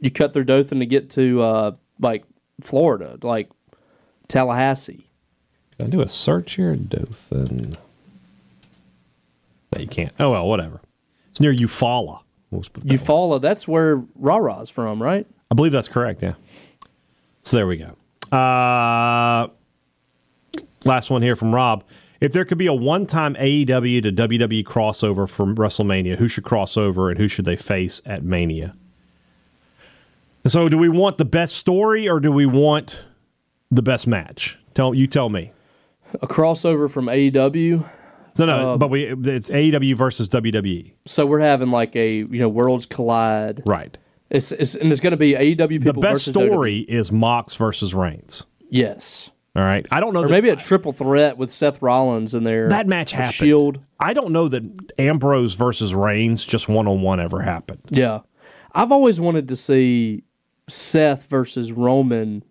You cut through Dothan to get to uh, like Florida, like Tallahassee.
Can I do a search here? Dothan. No, you can't. Oh well, whatever. It's near Eufaula. We'll just put that one.
Eufaula, that's where Rara's from, right?
I believe that's correct. Yeah. So there we go. Uh, last one here from Rob. If there could be a one-time AEW to WWE crossover from WrestleMania, who should cross over and who should they face at Mania? So, do we want the best story or do we want the best match? Tell you tell me.
A E crossover from AEW.
No, no,
Um,
but we it's AEW versus E. WWE,
So we're having like a you know worlds collide.
right?
It's, it's and it's going to be AEW
The
people.
best
versus E. WWE.
story is Mox versus Reigns.
Yes.
All right, I don't know.
Or
that-
maybe a triple threat with Seth Rollins in there.
That match
Or
happened.
Shield.
I don't know that Ambrose versus Reigns just one on one ever happened.
Yeah. I've always wanted to see Seth versus Roman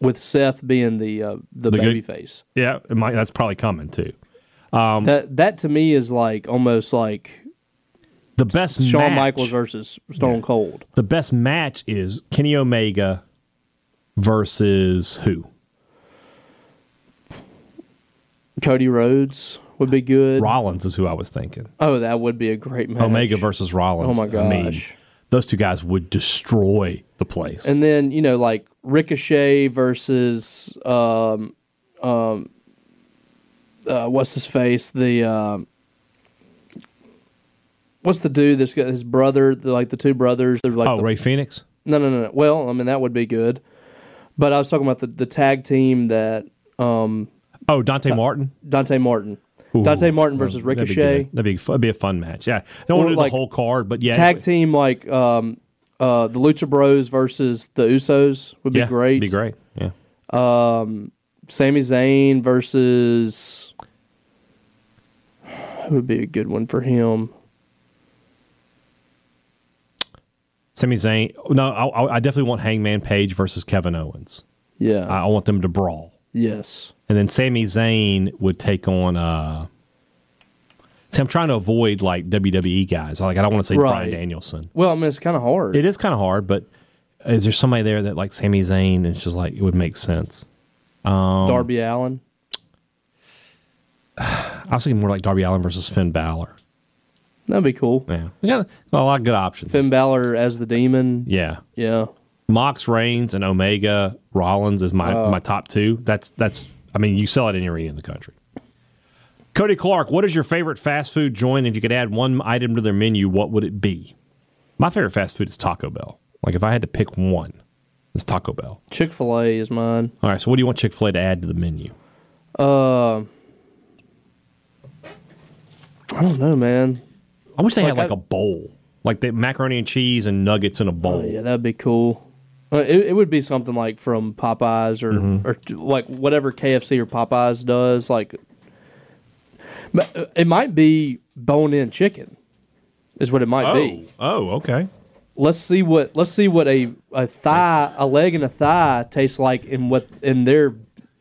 with Seth being the uh, the,
The
baby
good- Um,
face.
Yeah, it might, that's probably coming too.
that that to me is like almost like
The best
Shawn
match,
Michaels versus Stone Cold.
the best match is Kenny Omega versus who?
Cody Rhodes would be good.
Rollins is who I was thinking.
oh, that would be a great match.
Omega versus Rollins.
Oh my
I mean,
gosh.
those two guys would destroy the place.
and then you know like Ricochet versus um um uh, what's his face the um what's the dude that's got his brother the, like the two brothers they're like
oh,
the,
Ray Phoenix.
no no no no well I mean that would be good but I was talking about the the tag team that um
Oh, Dante Martin.
Dante Martin
Ooh,
Dante Martin versus
that'd be
Ricochet
good. That'd be, that'd be a fun match. Yeah, I don't
Or
want to do
like
the whole card, but yeah,
tag team like um uh the Lucha Bros versus the Usos would be
yeah,
great
Be great. Yeah.
Um, Sami Zayn versus who would be a good one for him?
Sami Zayn. No, I, I- I definitely want Hangman Page versus Kevin Owens.
Yeah.
I, I want them to brawl,
yes.
and then Sami Zayn would take on. uh See, I'm trying to avoid like WWE guys. Like I don't want to say
Right.
Brian Danielson.
Well, I mean, it's kind of hard.
It is kind of hard, but is there somebody there that like Sami Zayn? It's just like it would make sense. um,
Darby Allen.
I was thinking more like Darby Allen versus Finn Balor.
That'd be cool.
Yeah, we got a lot of good options.
Finn Balor as the demon.
Yeah,
Yeah.
Mox Reigns and Omega Rollins is my, my top two. That's that's I mean, you sell it in your arena in the country. Cody Clark, what is your favorite fast food joint? If you could add one item to their menu, what would it be? My favorite fast food is Taco Bell. Like if I had to pick one, it's Taco Bell.
Chick fil A is mine.
All right, so what do you want Chick Fil A to add to the menu?
Uh, I don't know, man.
I wish they had
Like,
like
I-
a bowl, like the macaroni and cheese and nuggets in a bowl.
Oh, yeah, that'd be cool. Uh, It, it would be something like from Popeyes or
Mm-hmm.
or t- like whatever KFC or Popeyes does. Like, but uh, it might be bone-in chicken, is what it might be.
oh, okay.
Let's see what let's see what a, a thigh, a leg, and a thigh tastes like in what in their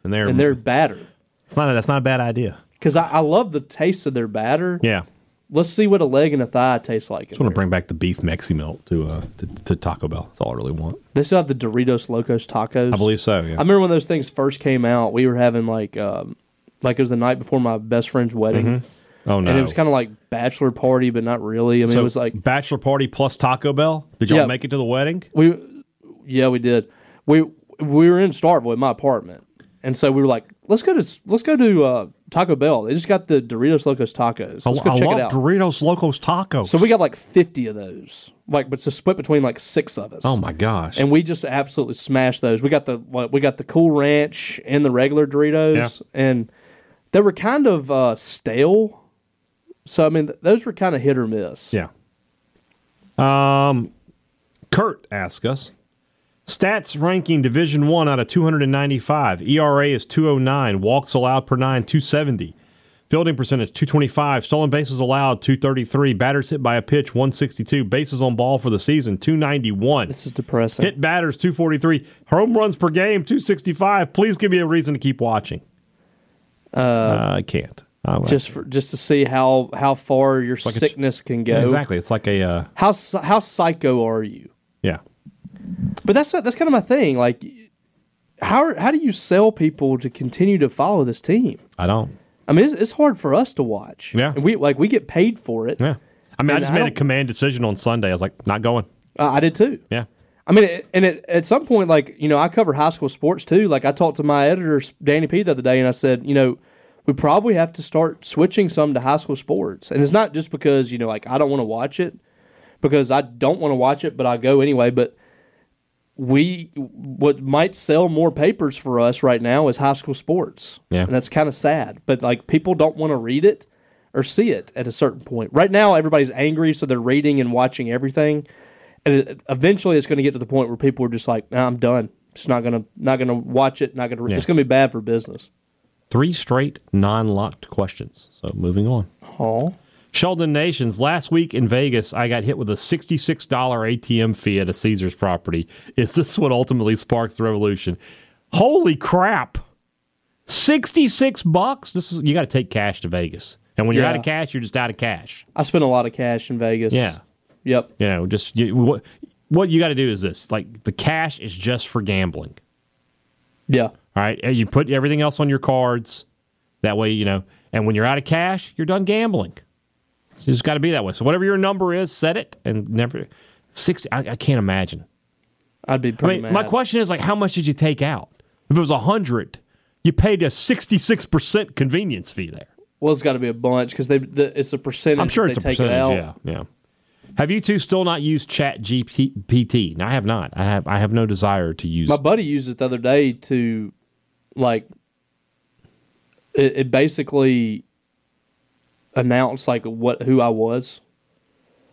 And they're,
in their batter.
it's not a, that's not a bad idea.
Because I, I love the taste of their batter.
Yeah,
Let's see what a leg and a thigh tastes like.
I want
in
to
there.
bring back the beef Mexi melt to, uh, to to Taco Bell. That's all I really want.
They still have the Doritos Locos Tacos.
I believe so. Yeah.
I remember when those things first came out, we were having like um like it was the night before my best friend's wedding.
oh no.
And it was kind of like bachelor party, but not really. I mean,
so
it was like
bachelor party plus Taco Bell. Did y'all
Yeah.
make it to the wedding?
we, yeah, we did. We we were in Starville at my apartment, and so we were like, let's go to let's go to uh, Taco Bell. They just got the Doritos Locos Tacos. Let's go
I
check
love
it out.
Doritos Locos Tacos.
so we got like fifty of those, like, but it's a split between like six of us.
oh my gosh.
and we just absolutely smashed those. We got the what- we got the cool ranch and the regular Doritos, and they were kind of uh, stale. So I mean, th- those were kind of hit or miss.
yeah. Um, Kurt asked us. Stats ranking Division E oh One out of 295. ERA is 209. Walks allowed per nine 270. Fielding percentage 225, stolen bases allowed 233, batters hit by a pitch 162, bases on ball for the season 291.
This is depressing.
Hit batters 243, home runs per game 265. Please give me a reason to keep watching. Uh, I can't. I like-
just for, just to see how how far your
like a ch-
sickness can go.
Yeah, exactly. It's like a uh,
How psy- how psycho are you?
yeah.
But that's that's kind of my thing. Like, how how do you sell people to continue to follow this team?
I don't.
I mean, it's, it's hard for us to watch.
Yeah.
and we like we get paid for it.
Yeah. I mean, I
And
just
I
made a
don't-
command decision on Sunday. I was like, not going.
Uh, I did too.
Yeah.
I mean, it- and it, at some point, like you know, I cover high school sports too. Like I talked to my editor Danny P the other day, and I said, you know, we probably have to start switching some to high school sports. And it's not just because you know, like I don't want to watch it because I don't want to watch it, but I go anyway. But we, what might sell more papers for us right now is high school sports.
Yeah.
and that's kind of sad. But like people don't want to read it or see it at a certain point. Right now, everybody's angry, so they're reading and watching everything and it, eventually it's going to get to the point where people are just like, nah, "I'm done. It's not going to not going to watch it. Not going to.
Yeah.
It's going to be bad for business."
Three straight non locked questions. So moving on.
Oh,
Sheldon Nations, last week in Vegas, I got hit with a $66 ATM fee at a Caesars property. Is this what ultimately sparks the revolution? Holy crap. 66 bucks? This is you got to take cash to Vegas. And when you're
Yeah.
out of cash, you're just out of cash.
I spent a lot of cash in Vegas.
Yeah.
Yep.
You know, just you, what what you got to do is this. Like the cash is just for gambling.
Yeah.
All right. And You put everything else on your cards. That way, you know, and when you're out of cash, you're done gambling. So it's got to be that way. So whatever your number is, set it and never. 60, I, I can't imagine.
I'd be
I
pretty
mean,
mad.
my question is like, how much did you take out? If it was 100, you paid a 66% convenience fee there.
well, it's got to be a bunch because they the, it's a percentage.
I'm sure
that
it's a
they take it out.
percentage. Yeah. Yeah. Have you two still not used Chat GPT? No, I have not. I have I have no desire to use
My buddy used it the other day to, like, it, it basically announced like what who I was.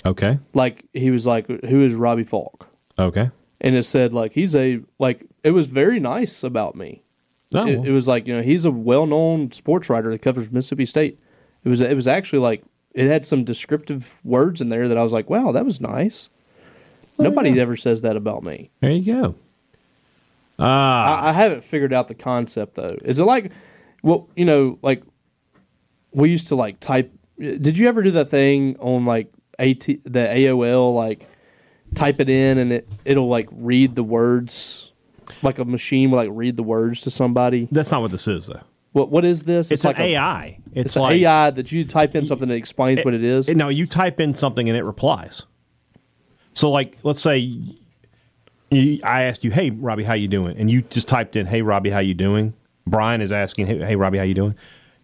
Okay.
Like he was like, "Who is Robbie Falk?"
Okay.
and it said like he's a like it was very nice about me.
No.
It, it was like you know he's a well-known sports writer that covers Mississippi State. It was it was actually like it had some descriptive words in there that I was like, wow, that was nice.
Oh,
Nobody ever says that about me.
there you go. Ah.
I, I haven't figured out the concept though. Is it like, well, you know, like we used to like type. Did you ever do that thing on like AT the AOL like type it in and it it'll like read the words like a machine will like read the words to somebody.
That's not what this is though.
What what is this?
It's,
like
an
a-
AI. It's,
It's
like
an AI that you type in something that explains what it is.
No, you type in something and it replies. So, like, let's say you, I asked you, "Hey, Robbie, how you doing?" and you just typed in, "Hey, Robbie, how you doing?" Brian is asking, "Hey, hey Robbie, how you doing?"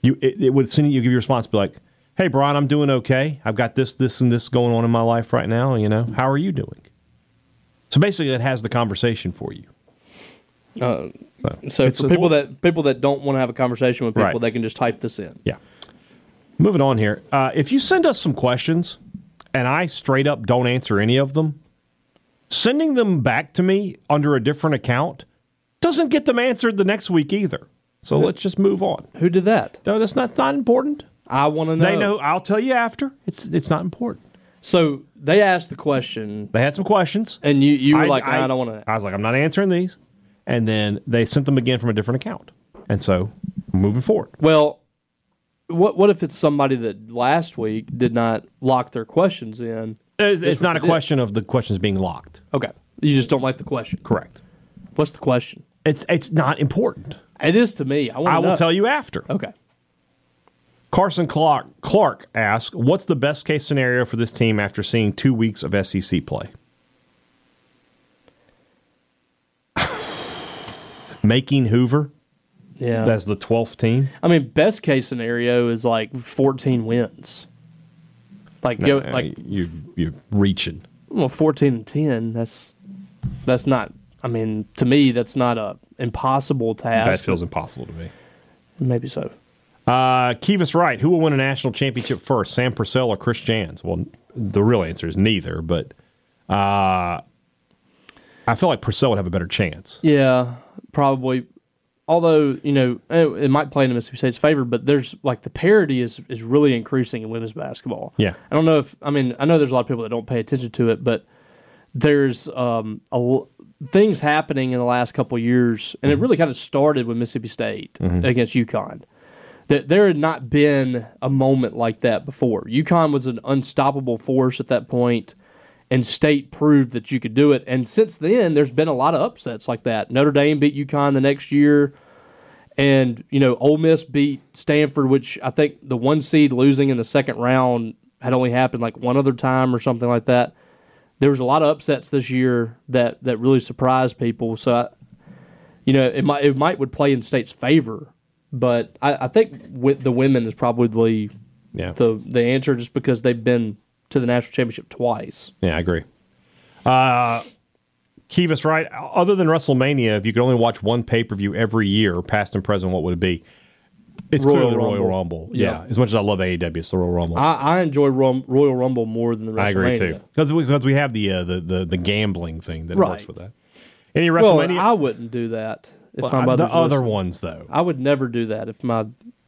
You it, it would send you give your response, be like, "Hey, Brian, I'm doing okay. I've got this, this, and this going on in my life right now. You know, how are you doing?" So basically, it has the conversation for you. Uh,
so for people that people that don't want to have a conversation with people,
Right.
they can just type this in.
Yeah. Moving on here. Uh, if you send us some questions and I straight up don't answer any of them, sending them back to me under a different account doesn't get them answered the next week either. So let's just move on.
Who did that?
No, that's not, not important.
I want to know.
They know. I'll tell you after. It's it's not important.
So they asked the question,
They had some questions.
and you you were like, "Nah, I, don't want to.
I was like, I'm not answering these. And then they sent them again from a different account. And so moving forward.
Well, what what if it's somebody that last week did not lock their questions in?
It's, it's not a
did.
question of the questions being locked.
Okay, you just don't like the question.
Correct.
What's the question?
It's it's not important.
It is to me. I, wanna
I will
know.
tell you after.
Okay,
Carson Clark Clark asks, "What's the best case scenario for this team after seeing two weeks of SEC play?" <sighs> Making Hoover
yeah.
as the twelfth team.
I mean, best case scenario is like fourteen wins. Like go
Uh,
like
you, you're reaching.
well, fourteen and ten. That's that's not. I mean, to me, that's not a impossible task.
That feels impossible to me.
maybe so.
Uh, Kivas Wright, who will win a national championship first, Sam Purcell or Chris Jans? Well, the real answer is neither, but uh, I feel like Purcell would have a better chance.
Yeah, probably. although you know eh, it might play into Mississippi State's favor, but there's like the parity is is really increasing in women's basketball.
Yeah.
I don't know if I mean I know there's a lot of people that don't pay attention to it, but there's um a l- things happening in the last couple of years, and it really kind of started with Mississippi State against UConn. That there had not been a moment like that before. UConn was an unstoppable force at that point and State proved that you could do it. And since then, there's been a lot of upsets like that. Notre Dame beat UConn the next year, and you know Ole Miss beat Stanford, which I think the one seed losing in the second round had only happened like one other time or something like that. There was a lot of upsets this year that that really surprised people. So, I, you know, it might it might would play in State's favor, but I, I think with the women is probably
Yeah.
the the answer just because they've been to the national championship twice.
Yeah, I agree. Uh, Kivas, right? Other than WrestleMania, if you could only watch one pay per view every year, past and present, what would it be? It's
Royal
clearly the Royal
Rumble.
Rumble. Yeah.
Yeah.
As much as I love AEW, it's the Royal Rumble. I,
I, I enjoy Rum, Royal Rumble more than the WrestleMania.
agree too. Because we, 'cause we have the, uh, the, the the gambling thing that works
Right.
with that. Any
Well,
WrestleMania?
I wouldn't do that if
Well,
my
I- the
mother's
other
listening.
ones, though.
I would never do that if my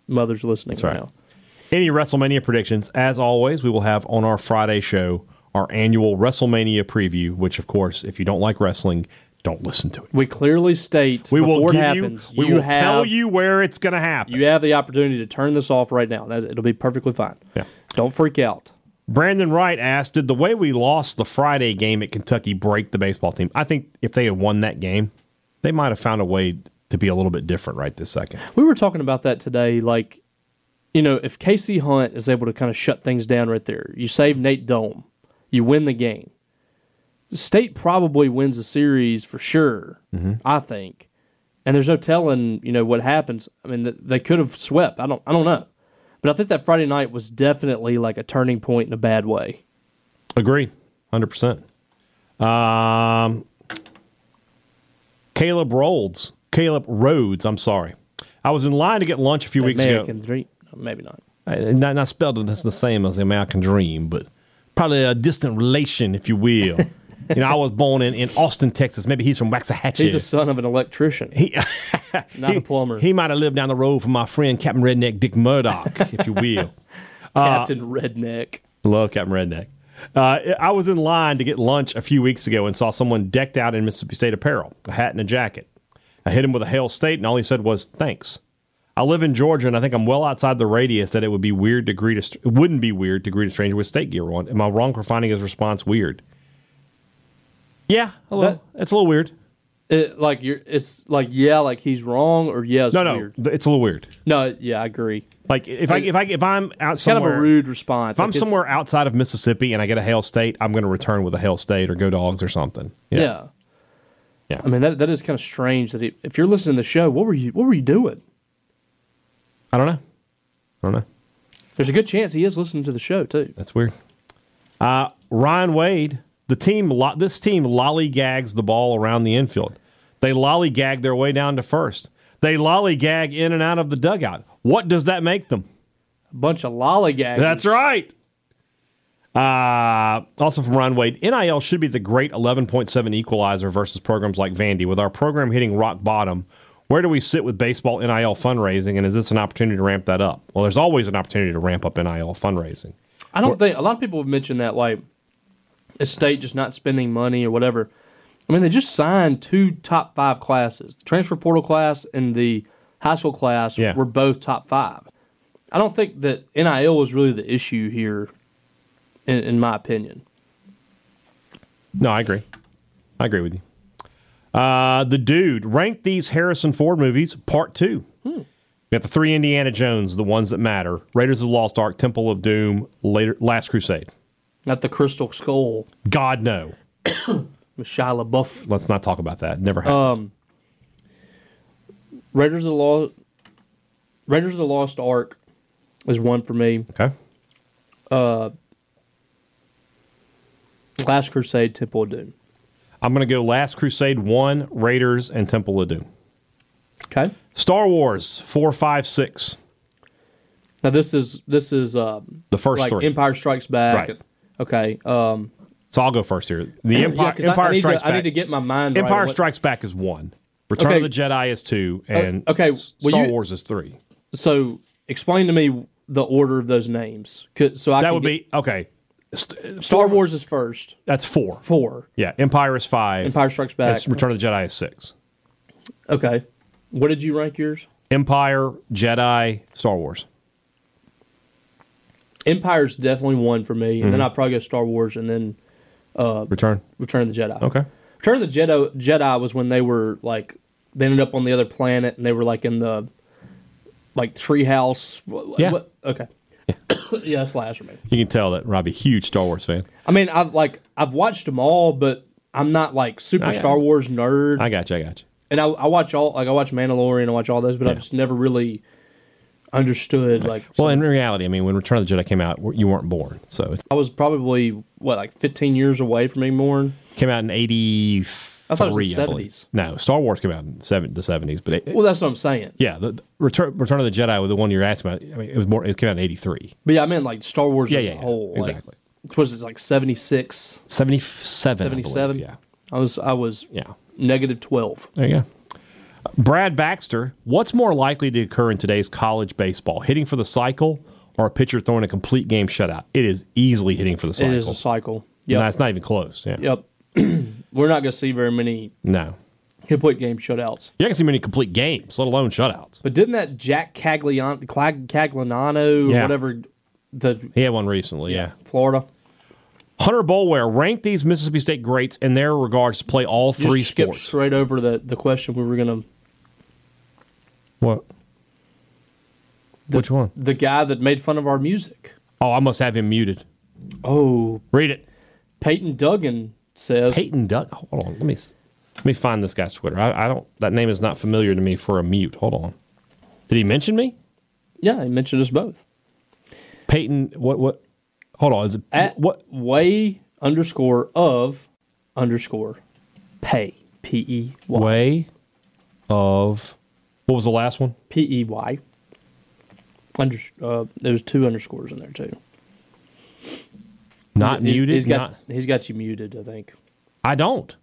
mother's listening
right.
now.
Any WrestleMania predictions? As always, we will have on our Friday show our annual WrestleMania preview, which, of course, if you don't like wrestling, don't listen to it.
We clearly state
We will
before
give
it
you,
happens.
we will
have,
tell you where it's going to happen.
you have the opportunity to turn this off right now. That- It'll be perfectly fine.
Yeah.
Don't freak out.
Brandon Wright asked, "Did the way we lost the Friday game at Kentucky break the baseball team?" I think if they had won that game, they might have found a way to be a little bit different right this second.
We were talking about that today. Like, you know, if Casey Hunt is able to kind of shut things down right there, you save Nate Dome, you win the game. State probably wins the series for sure, I think. And there's no telling, you know, what happens. I mean, th- they could have swept. I don't, I don't know. But I think that Friday night was definitely like a turning point in a bad way.
Agree, hundred percent. Um, Caleb Rhodes, Caleb Rhodes. I'm sorry, I was in line to get lunch a few weeks
American
ago.
dream, maybe not.
Uh, Not, not spelled that's the same as the American Dream, but probably a distant relation, if you
<laughs>
will. you know, I was born in, in Austin, Texas. Maybe he's from Waxahachie.
He's a son of an electrician,
He- <laughs>
not
he,
a plumber.
He might have lived down the road from my friend Captain Redneck Dick Murdoch, if you
<laughs>
will. uh,
Captain Redneck.
Love Captain Redneck. Uh, I was in line to get lunch a few weeks ago and saw someone decked out in Mississippi State apparel, a hat and a jacket. I hit him with a Hail State, and all he said was, "Thanks." I live in Georgia, and I think I'm well outside the radius that it would be weird to greet a. str- It wouldn't be weird to greet a stranger with state gear on. Am I wrong for finding his response weird? Yeah, a little. it's a little weird.
It, like you're, it's like yeah, like he's wrong or yeah, it's
No, no,
weird.
th- it's a little weird.
No, yeah, I agree.
Like if I if I if I'm out
Kind
somewhere,
of a rude response.
If I'm
Like, it's-
somewhere outside of Mississippi and I get a hail state, I'm going to return with a hail state or go dogs or something.
yeah.
Yeah.
I mean that that is kind of strange that he, if you're listening to the show, what were you what were you doing?
I don't know. I don't know.
There's a good chance he is listening to the show too.
That's weird. Uh, Ryan Wade, the team, lo- this team lollygags the ball around the infield. They lollygag their way down to first. They lollygag in and out of the dugout. What does that make them?
A bunch of lollygaggers.
That's right. Uh, also from Ron Wade, NIL should be the great 11.7 equalizer versus programs like Vandy. With our program hitting rock bottom, where do we sit with baseball NIL fundraising, and is this an opportunity to ramp that up? Well, there's always an opportunity to ramp up NIL fundraising.
I don't think a lot of people have mentioned that like a state just not spending money or whatever. I mean, they just signed two top five classes. The transfer portal class and the high school class
Yeah.
were both top five. I don't think that NIL was really the issue here, in, in my opinion.
No, I agree. I agree with you. Uh, the dude ranked these Harrison Ford movies part two.
Hmm.
We got the three Indiana Jones, the ones that matter: Raiders of the Lost Ark, Temple of Doom, later Last Crusade.
Not the Crystal Skull
God no,
with Shia LaBeouf.
let's not talk about that. Never happened.
Um, Raiders of the Lost Raiders of the Lost Ark is one for me.
Okay.
Last Crusade, Temple of Doom.
I'm going to go Last Crusade 1, Raiders, and Temple of Doom.
Okay.
Star Wars 456,
Now this is this is um,
the first
like
three.
Empire Strikes Back.
Right.
Okay. Um,
so I'll go first here. The
<clears throat> yeah,
Empire,
'cause I-
Empire
I, need
Strikes
to,
Back.
I need to get my mind. right
Empire
on what-
Strikes Back is one. Return
Okay. Uh,
of the Jedi is two, and
okay,
S-
well,
Star
you-
Wars is three.
So explain to me the order of those names. 'Cause- So I
That
can
would
get-
be okay. St-
Star Wars is first.
That's four.
Four.
Yeah, Empire is five.
Empire Strikes Back.
That's Return of the Jedi is six.
Okay. What did you rank yours?
Empire, Jedi, Star Wars.
Empire's definitely one for me, and then
Mm-hmm.
I'd probably go Star Wars, and then
Return.
Return of the Jedi.
Okay.
Return of the Jedi Jedi was when they were like they ended up on the other planet, and they were like in the like treehouse. Wh-
Yeah.
wh- okay. <coughs> Yeah. that's last for me.
You can tell that Robbie, huge Star Wars fan.
I mean, I've like I've watched them all, but I'm not like super
I got
Star
it.
Wars nerd.
Oh, I got you. I got you.
and I, I watch all like I watch Mandalorian, I watch all those, but I've just never really understood like.
Well,
some-
in reality, I mean, when Return of the Jedi came out, you weren't born, so it
I was probably what like 15 years away from being born.
came out in '83.
I thought it was the
believe.
70s.
No, Star Wars came out in seven, the '70s, but it,
Well, that's what I'm saying.
yeah, the, the Return Return of the Jedi, the one you're asking about, I mean, it was more. It came out in '83,
But yeah, I meant like Star Wars
Yeah,
as
yeah,
a
yeah.
whole.
Exactly.
Like, was it like 76,
'77,
77?
Yeah,
I was I was
yeah.
negative 12.
There you go. Brad Baxter, what's more likely to occur in today's college baseball? Hitting for the cycle or a pitcher throwing a complete game shutout? It is easily hitting for the cycle.
It is a cycle.
No,
Yep.
it's not even close. Yeah.
Yep. <clears throat> We're not going to see very many
No.
hit point game shutouts.
You're not going to see many complete games, let alone shutouts.
But didn't that Jack Caglion, Clag, Cagliano or
Yeah.
whatever the
He had one recently, yeah.
Florida
Hunter Bolware, rank these Mississippi State greats in their regards to play all
Just
three
skip
sports.
straight over the the question we were going to
What? Which one?
the guy that made fun of our music.
Oh, I must have him muted.
Oh,
Read it.
Peyton Duggan says
Peyton Duck. Hold on. Let me s- let me find this guy's Twitter. I, I don't. That name is not familiar to me for a mute. Hold on. Did he mention me?
Yeah, he mentioned us both.
Peyton. What? What? Hold on. Is it
At
what?
way underscore of underscore pay p e y
Way of what was the last one?
p e y. Under uh, there's two underscores in there too.
Not
He's-
muted.
He's got
not-
he's got you muted. I think.
I don't.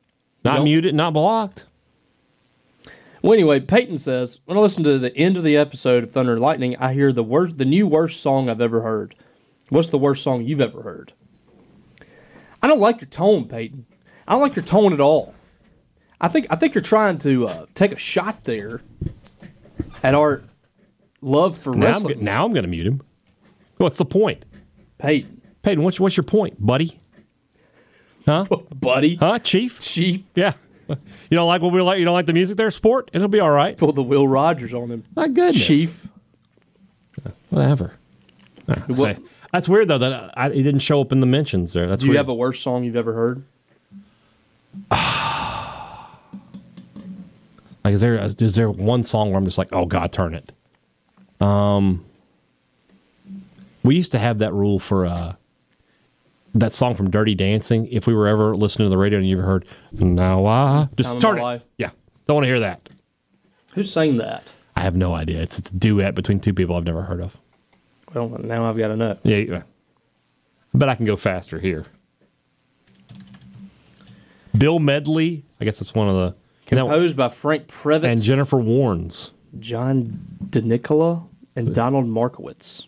Not
don't?
muted. Not blocked.
Well, anyway, Peyton says when I listen to the end of the episode of Thunder and Lightning, I hear the worst, the new worst song I've ever heard. What's the worst song you've ever heard? I don't like your tone, Peyton. I don't like your tone at all. I think I think you're trying to uh, take a shot there at our love for
Now I'm,
wrestling,
g- now I'm going to mute him. What's the point,
Peyton, <laughs>
Peyton? What's what's your point, buddy? Huh?
buddy.
Huh, Chief?
She
Yeah. <laughs> You don't like what we like. You don't like the music there, sport. It'll be all right.
pulled the Will Rogers on him.
My goodness,
Chief,
Whatever. Uh,
What-
say- that's weird though that uh, I, it didn't show up in the mentions there. That's
do you
weird.
have a worst song you've ever heard?
like is there is there one song where I'm just like oh god turn it. Um. We used to have that rule for uh. That song from Dirty Dancing. If we were ever listening to the radio and you ever heard now I just
Time of
turn
My
it.
Life.
Yeah, don't want to hear that.
Who sang that?
I have no idea. It's, it's a duet between two people I've never heard of.
Well, now I've got to know.
Yeah, yeah. but I can go faster here. Bill Medley, I guess that's one of the that one-
Composed by Frank Previtz.
and Jennifer Warnes.
John DeNicola and Donald Markowitz.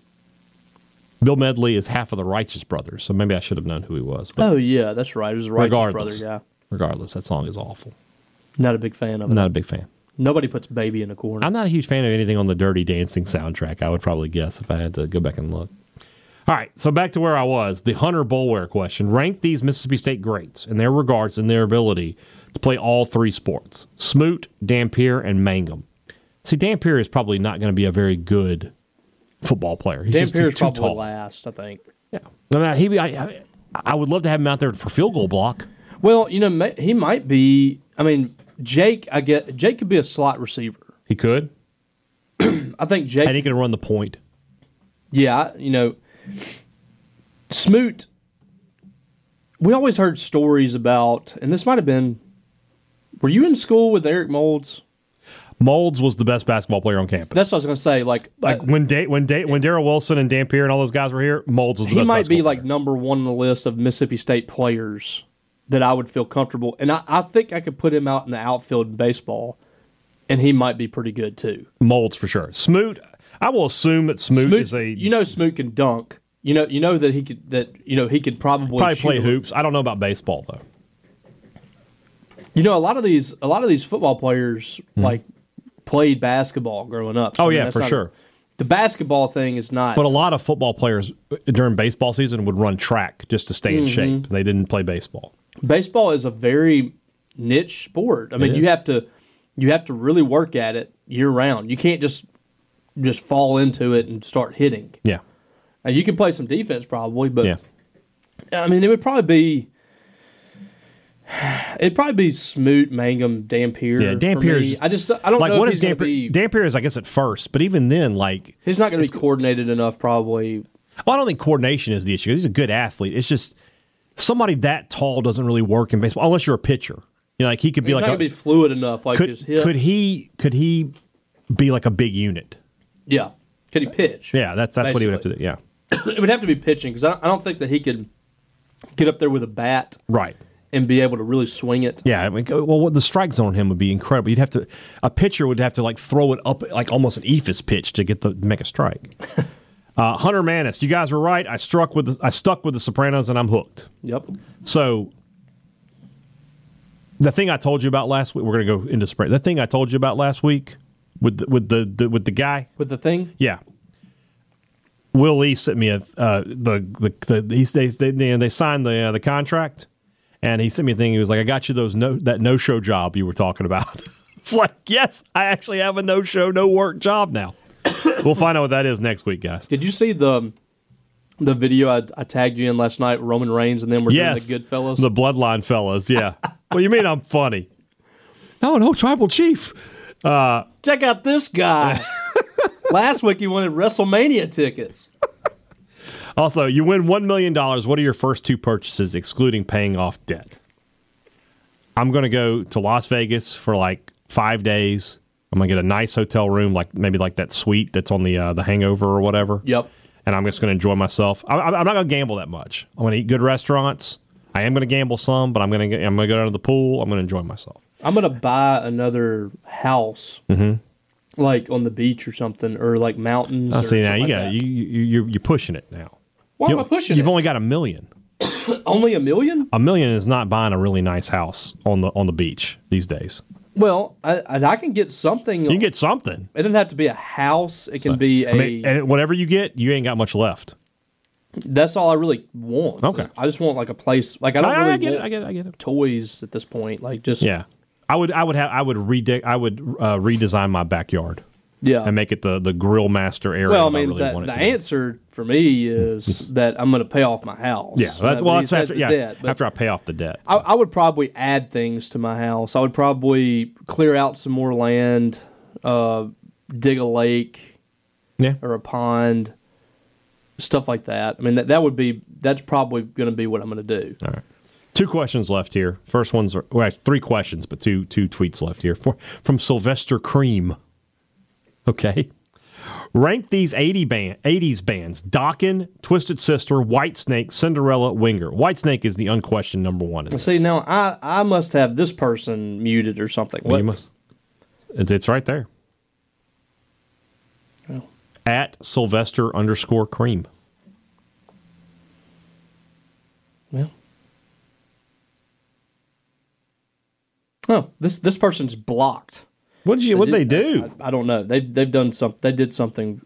Bill Medley is half of the Righteous Brothers, so maybe I should have known who he was. But
Oh yeah, that's right. It was a righteous
regardless,
brother guy.
regardless, that song is awful.
Not a big fan of it.
I'm not a big fan.
Nobody puts baby in a corner.
I'm not a huge fan of anything on the Dirty Dancing soundtrack. I would probably guess if I had to go back and look. All right, so back to where I was. The Hunter Bulware question: Rank these Mississippi State greats in their regards and their ability to play all three sports: Smoot, Dampier, and Mangum. See, Dampier is probably not going to be a very good football player. He's
Dan
just- he's
Pierce
too
probably
tall.
last, I think.
Yeah, I mean, he. I, I, I would love to have him out there for field goal block.
Well, you know, ma- he might be. I mean, Jake. I get Jake could be a slot receiver.
He could,
I think Jake.
and he could run the point.
yeah, I- you know, Smoot. We always heard stories about, and this might have been. Were you in school with Eric Molds?
Molds was the best basketball player on campus.
That's what I was going to say. Like,
Like when da- when da- when Daryl Wilson and Dampier and all those guys were here, Molds was the
he
best
might be
basketball
like
player.
number one on the list of Mississippi State players that I would feel comfortable. And I, I think I could put him out in the outfield in baseball and he might be pretty good too.
Molds for sure. Smoot, I will assume that Smoot,
Smoot,
is a
you know Smoot can dunk. You know you know that he could that you know he could probably,
probably
shoot
play
a-
hoops. I don't know about baseball though.
You know a lot of these a lot of these football players like played basketball growing up.
Hmm.
So,
Oh,
I mean,
yeah,
that's
for
not-
sure.
the basketball thing is not.
But a lot of football players during baseball season would run track just to stay in
Mm-hmm.
shape. They didn't play baseball.
baseball is a very niche sport. I mean,
is.
you have to you have to really work at it year round. You can't just just fall into it and start hitting.
Yeah.
Now, you can play some defense probably, but
Yeah.
I mean, it would probably be it'd probably be Smoot, Mangum, Dampier.
Yeah,
for
Dampier's-
me. I just I don't
like
know
what
if
is
he's gonna
Dampier?
be-
Dampier is, I guess, at first, but even then, like,
he's not going to be coordinated enough. Probably
well, I don't think coordination is the issue. He's a good athlete. It's just somebody that tall doesn't really work in baseball unless you're a pitcher. You know, like he could be
he's
like
not
a,
going to be fluid enough. Like his
could
hip.
could he could he be like a big unit?
yeah. Could he pitch?
Yeah, that's that's what he would have to do. Yeah,
<clears throat> It would have to be pitching because I, don't- I don't think that he could get up there with a bat
right.
and be able to really swing it.
Yeah, I mean, go- well, what- the strike zone on him would be incredible. You'd have to a pitcher would have to like throw it up like almost an Ephus pitch to get the make a strike.
<laughs>
uh, Hunter Manis, you guys were right. I struck with the, I stuck with the Sopranos and I'm hooked.
Yep.
So the thing I told you about last week, we're going to go into spring. The thing I told you about last week with the, with the, the with the guy,
With the thing,
yeah. Will Lee sent me a uh, the the, the he's, they they they signed the uh, the contract, and he sent me a thing. He was like, "I got you those no that no show job you were talking about." <laughs> it's like, yes, I actually have a no show no work job now. <coughs> we'll find out what that is next week, guys.
did you see the the video I, I tagged you in last night? Roman Reigns and then we're
Yes,
doing the Goodfellas.
the Bloodline fellas. Yeah. well, you mean I'm funny? No, no, tribal chief.
Check out
<laughs>
this guy. Last week he wanted WrestleMania tickets.
Also, you win $1 million. What are your first two purchases, excluding paying off debt? I'm going to go to Las Vegas for like five days. I'm going to get a nice hotel room, like maybe like that suite that's on the uh, the hangover or whatever.
Yep.
And I'm just going to enjoy myself. I, I- I'm not going to gamble that much. I'm going to eat good restaurants. I am going to gamble some, but I'm going to I'm going to go down to the pool. I'm going to enjoy myself.
I'm gonna buy another house, like on the beach or something, or like mountains.
Mm-hmm. I
or
see now
something
you got
like that.
you you you're, you're pushing it now.
Why
You
am I
don't-
pushing
You've
it?
only got a million.
Only a million?
A million is not buying a really nice house on the on the beach these days.
Well, I, I I can get something.
You can get something.
it doesn't have to be a house. It can be a.
I mean, and whatever you get, you ain't got much left.
that's all I really want.
Okay.
I just want like a place. Like I don't
I,
really
I get it.
want
I get it. I get it.
toys at this point. Like just
Yeah, I would. I would have. I would rede- I would uh, redesign my backyard
yeah.
and make it the the grill master area.
well, I
that
mean,
really
that-
want it
the
to be.
answer for
<laughs>
me is that I'm going to pay off my house.
Yeah, that's,
That
well,
means
that's after,
the
yeah,
debt, but
after I pay off the debt.
I, I would probably add things to my house. I would probably clear out some more land, uh, dig a lake
yeah,
or a pond, stuff like that. I mean, that that would be that's probably going to be what I'm going to do.
Two questions left here. First one's are, well, actually, three questions, but two two tweets left here for, from Sylvester Cream. Okay. Rank these 80 band, 80s bands Dokken, Twisted Sister, Whitesnake, Cinderella, Winger. Whitesnake is the unquestioned number one. In this.
See, now I I must have this person muted or something.
You
What?
must- it's, it's right there.
Oh.
At Sylvester underscore Cream.
Well. Oh, this this person's blocked.
What did you? What they
did-
do?
I, I don't know. They they've done some. They did something.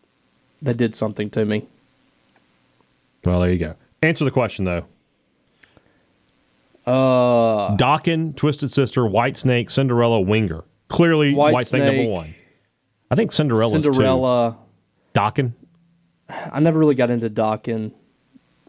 They did something to me.
well, there you go. Answer the question though.
Uh,
Dokken, Twisted Sister, White Snake, Cinderella, Winger. Clearly,
White
White Snake number
Snake.
one. I think Cinderella's Cinderella.
Cinderella.
two. Dokken.
I never really got into Dawkins.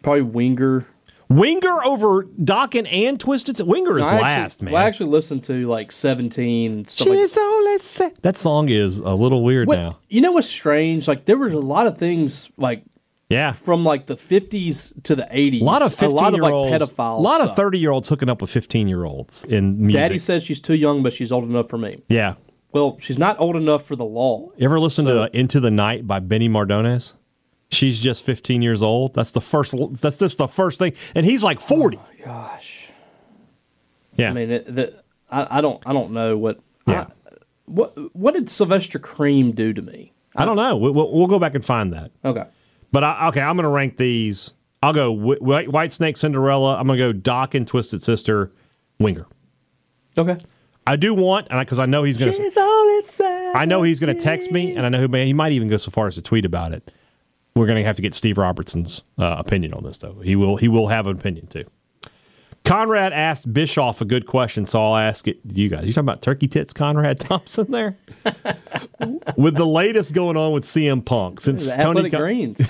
Probably Winger.
Winger over Dokken and Twisted Sister. Winger is
I actually-
last, man.
well, I actually listened to like seventeen. and Stuff like that.
only se- that song is a little weird
What-
now.
You know what's strange? Like there were a lot of things like
Yeah.
from like the fifties to the eighties.
A lot of 15
a lot of
year
like
olds.
pedophile.
a lot
stuff.
of 30 year olds hooking up with 15 year olds in music.
Daddy says she's too young, but she's old enough for me.
yeah.
Well, she's not old enough for the law.
You ever listen to uh, Into the Night by Benny Mardones? She's just 15 years old. That's the first. That's just the first thing, and he's like 40.
Gosh,
yeah,
I mean, it, the, I, I don't, I don't know what.
Yeah.
I, What what did Sylvester Cream do to me?
I don't know. We, we'll, we'll go back and find that.
Okay.
But I, okay, I'm going to rank these. I'll go White, White Snake, Cinderella. I'm going to go Doc and Twisted Sister, Winger.
Okay.
I do want, and because I, know he's going to,
all inside.
I know he's going to text me, and I know he, may, he might even go so far as to tweet about it. We're going to have to get Steve Robertson's uh, opinion on this, though. He will, he will have an opinion too. Conrad asked Bischoff a good question, so I'll ask it to you guys. You talking about turkey tits, Conrad Thompson? There, with the latest going on with CM Punk since
The
Tony
athletic
Khan-
greens.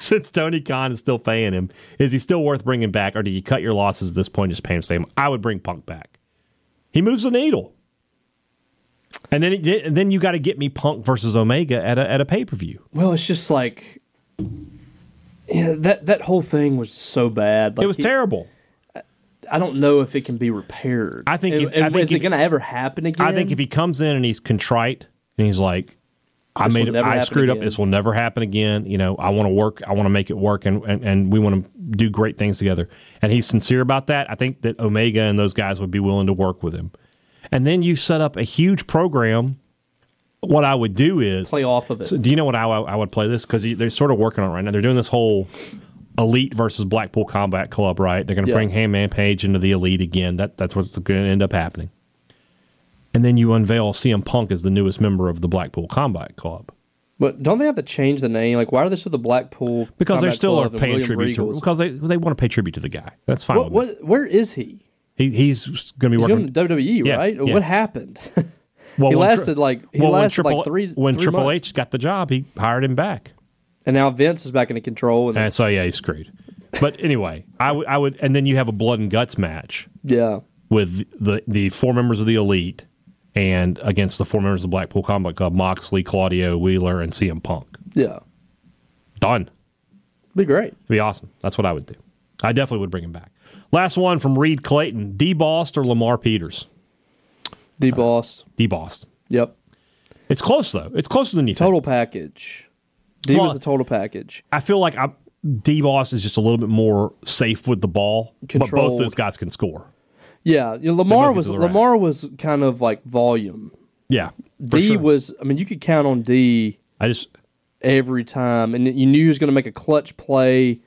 since Tony Khan is still paying him, is he still worth bringing back, or do you cut your losses at this point? and Just pay him, same. I would bring Punk back. He moves the needle, and then it, and then you got to get me Punk versus Omega at a at a pay per view.
well, it's just like yeah, that that whole thing was so bad. Like,
It was terrible.
I don't know if it can be repaired.
I think
And,
if- I
and
think
is it
if-
going to ever happen again?
I think if he comes in and he's contrite and he's like, I
This will
made it,
never
I
happen
screwed up.
again.
This will never happen again. You know, I want to work. I want to make it work, and, and and we want to do great things together. And he's sincere about that. I think that Omega and those guys would be willing to work with him. And then you set up a huge program. What I would do is
play off of it.
so do you know what I, I would play this? Because they're sort of working on it right now. They're doing this whole elite versus Blackpool Combat Club, right? They're going to
Yeah.
bring Hangman Page into the elite again. That that's what's going to end up happening. And then you unveil CM Punk as the newest member of the Blackpool Combat Club
but don't they have to change the name? Like, why are they still the Blackpool?
because they
Combat
still are
Club and
paying
William
tribute
Regal's?
to because they they want to pay tribute to the guy. That's fine.
What,
with me.
what, where is he?
He, he's going to be
He's
working.
doing the WWE,
Yeah,
right?
yeah.
What happened? <laughs>
well,
he
when Tri-
lasted like- he
when
lasted like
Triple-
three-
When
three
Triple
months.
H got the job, he hired him back.
and now Vince is back into control. And
And so yeah, he's screwed. But anyway, I would I would and then you have a blood and guts match
yeah,
with the the four members of the elite and against the four members of the Blackpool Combat Club: Moxley, Claudio, Wheeler, and CM Punk.
yeah,
Done.
be great.
It'd be awesome. That's what I would do. I definitely would bring him back. Last one from Reed Clayton: Debossed or Lamar Peters?
Debossed.
Debossed.
yep.
It's close though. It's closer than you think.
Total package. D
Well-
was the total package.
I feel like I Debossed is just a little bit more safe with the ball, but both
Controlled.
those guys can score.
Yeah, yeah,
both
Lamar
get
was
to the rack.
Lamar was kind of like volume.
Yeah, for
D
sure.
was. I mean, you could count on D
I just
every time, and you knew he was going to make a clutch play.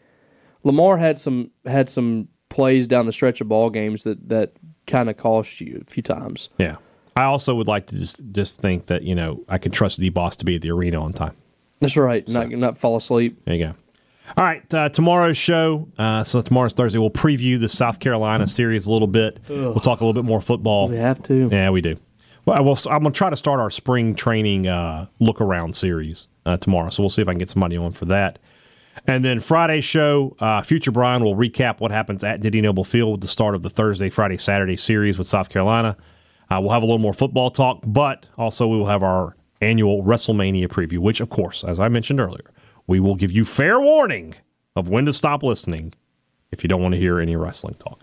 Lamar had some had some plays down the stretch of ball games that that kind of cost you a few times.
Yeah. I also would like to just just think that, you know, I can trust the boss to be at the arena on time.
That's right. Not not fall asleep.
There you go. All right, uh, tomorrow's show. Uh, so tomorrow's Thursday. We'll preview the South Carolina series a little bit. We'll talk a little bit more football.
We have to.
Yeah, we do. Well, I will, I'm going to try to start our spring training uh, look around series uh, tomorrow. So we'll see if I can get somebody on for that. And then Friday's show, uh, Future Brian will recap what happens at Diddy Noble Field with the start of the Thursday, Friday, Saturday series with South Carolina. Uh, we'll have a little more football talk, but also we will have our annual WrestleMania preview, which, of course, as I mentioned earlier, we will give you fair warning of when to stop listening if you don't want to hear any wrestling talk.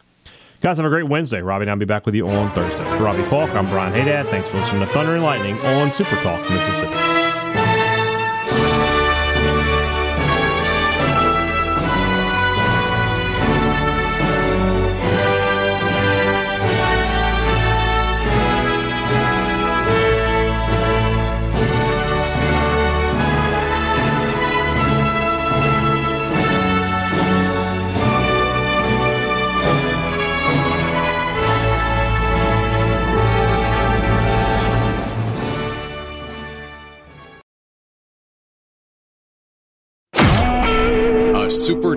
Guys, have a great Wednesday. Robbie and I'll be back with you on Thursday. For Robbie Falk, I'm Brian Haydad. Thanks for listening to Thunder and Lightning on Super Talk, Mississippi.
A Super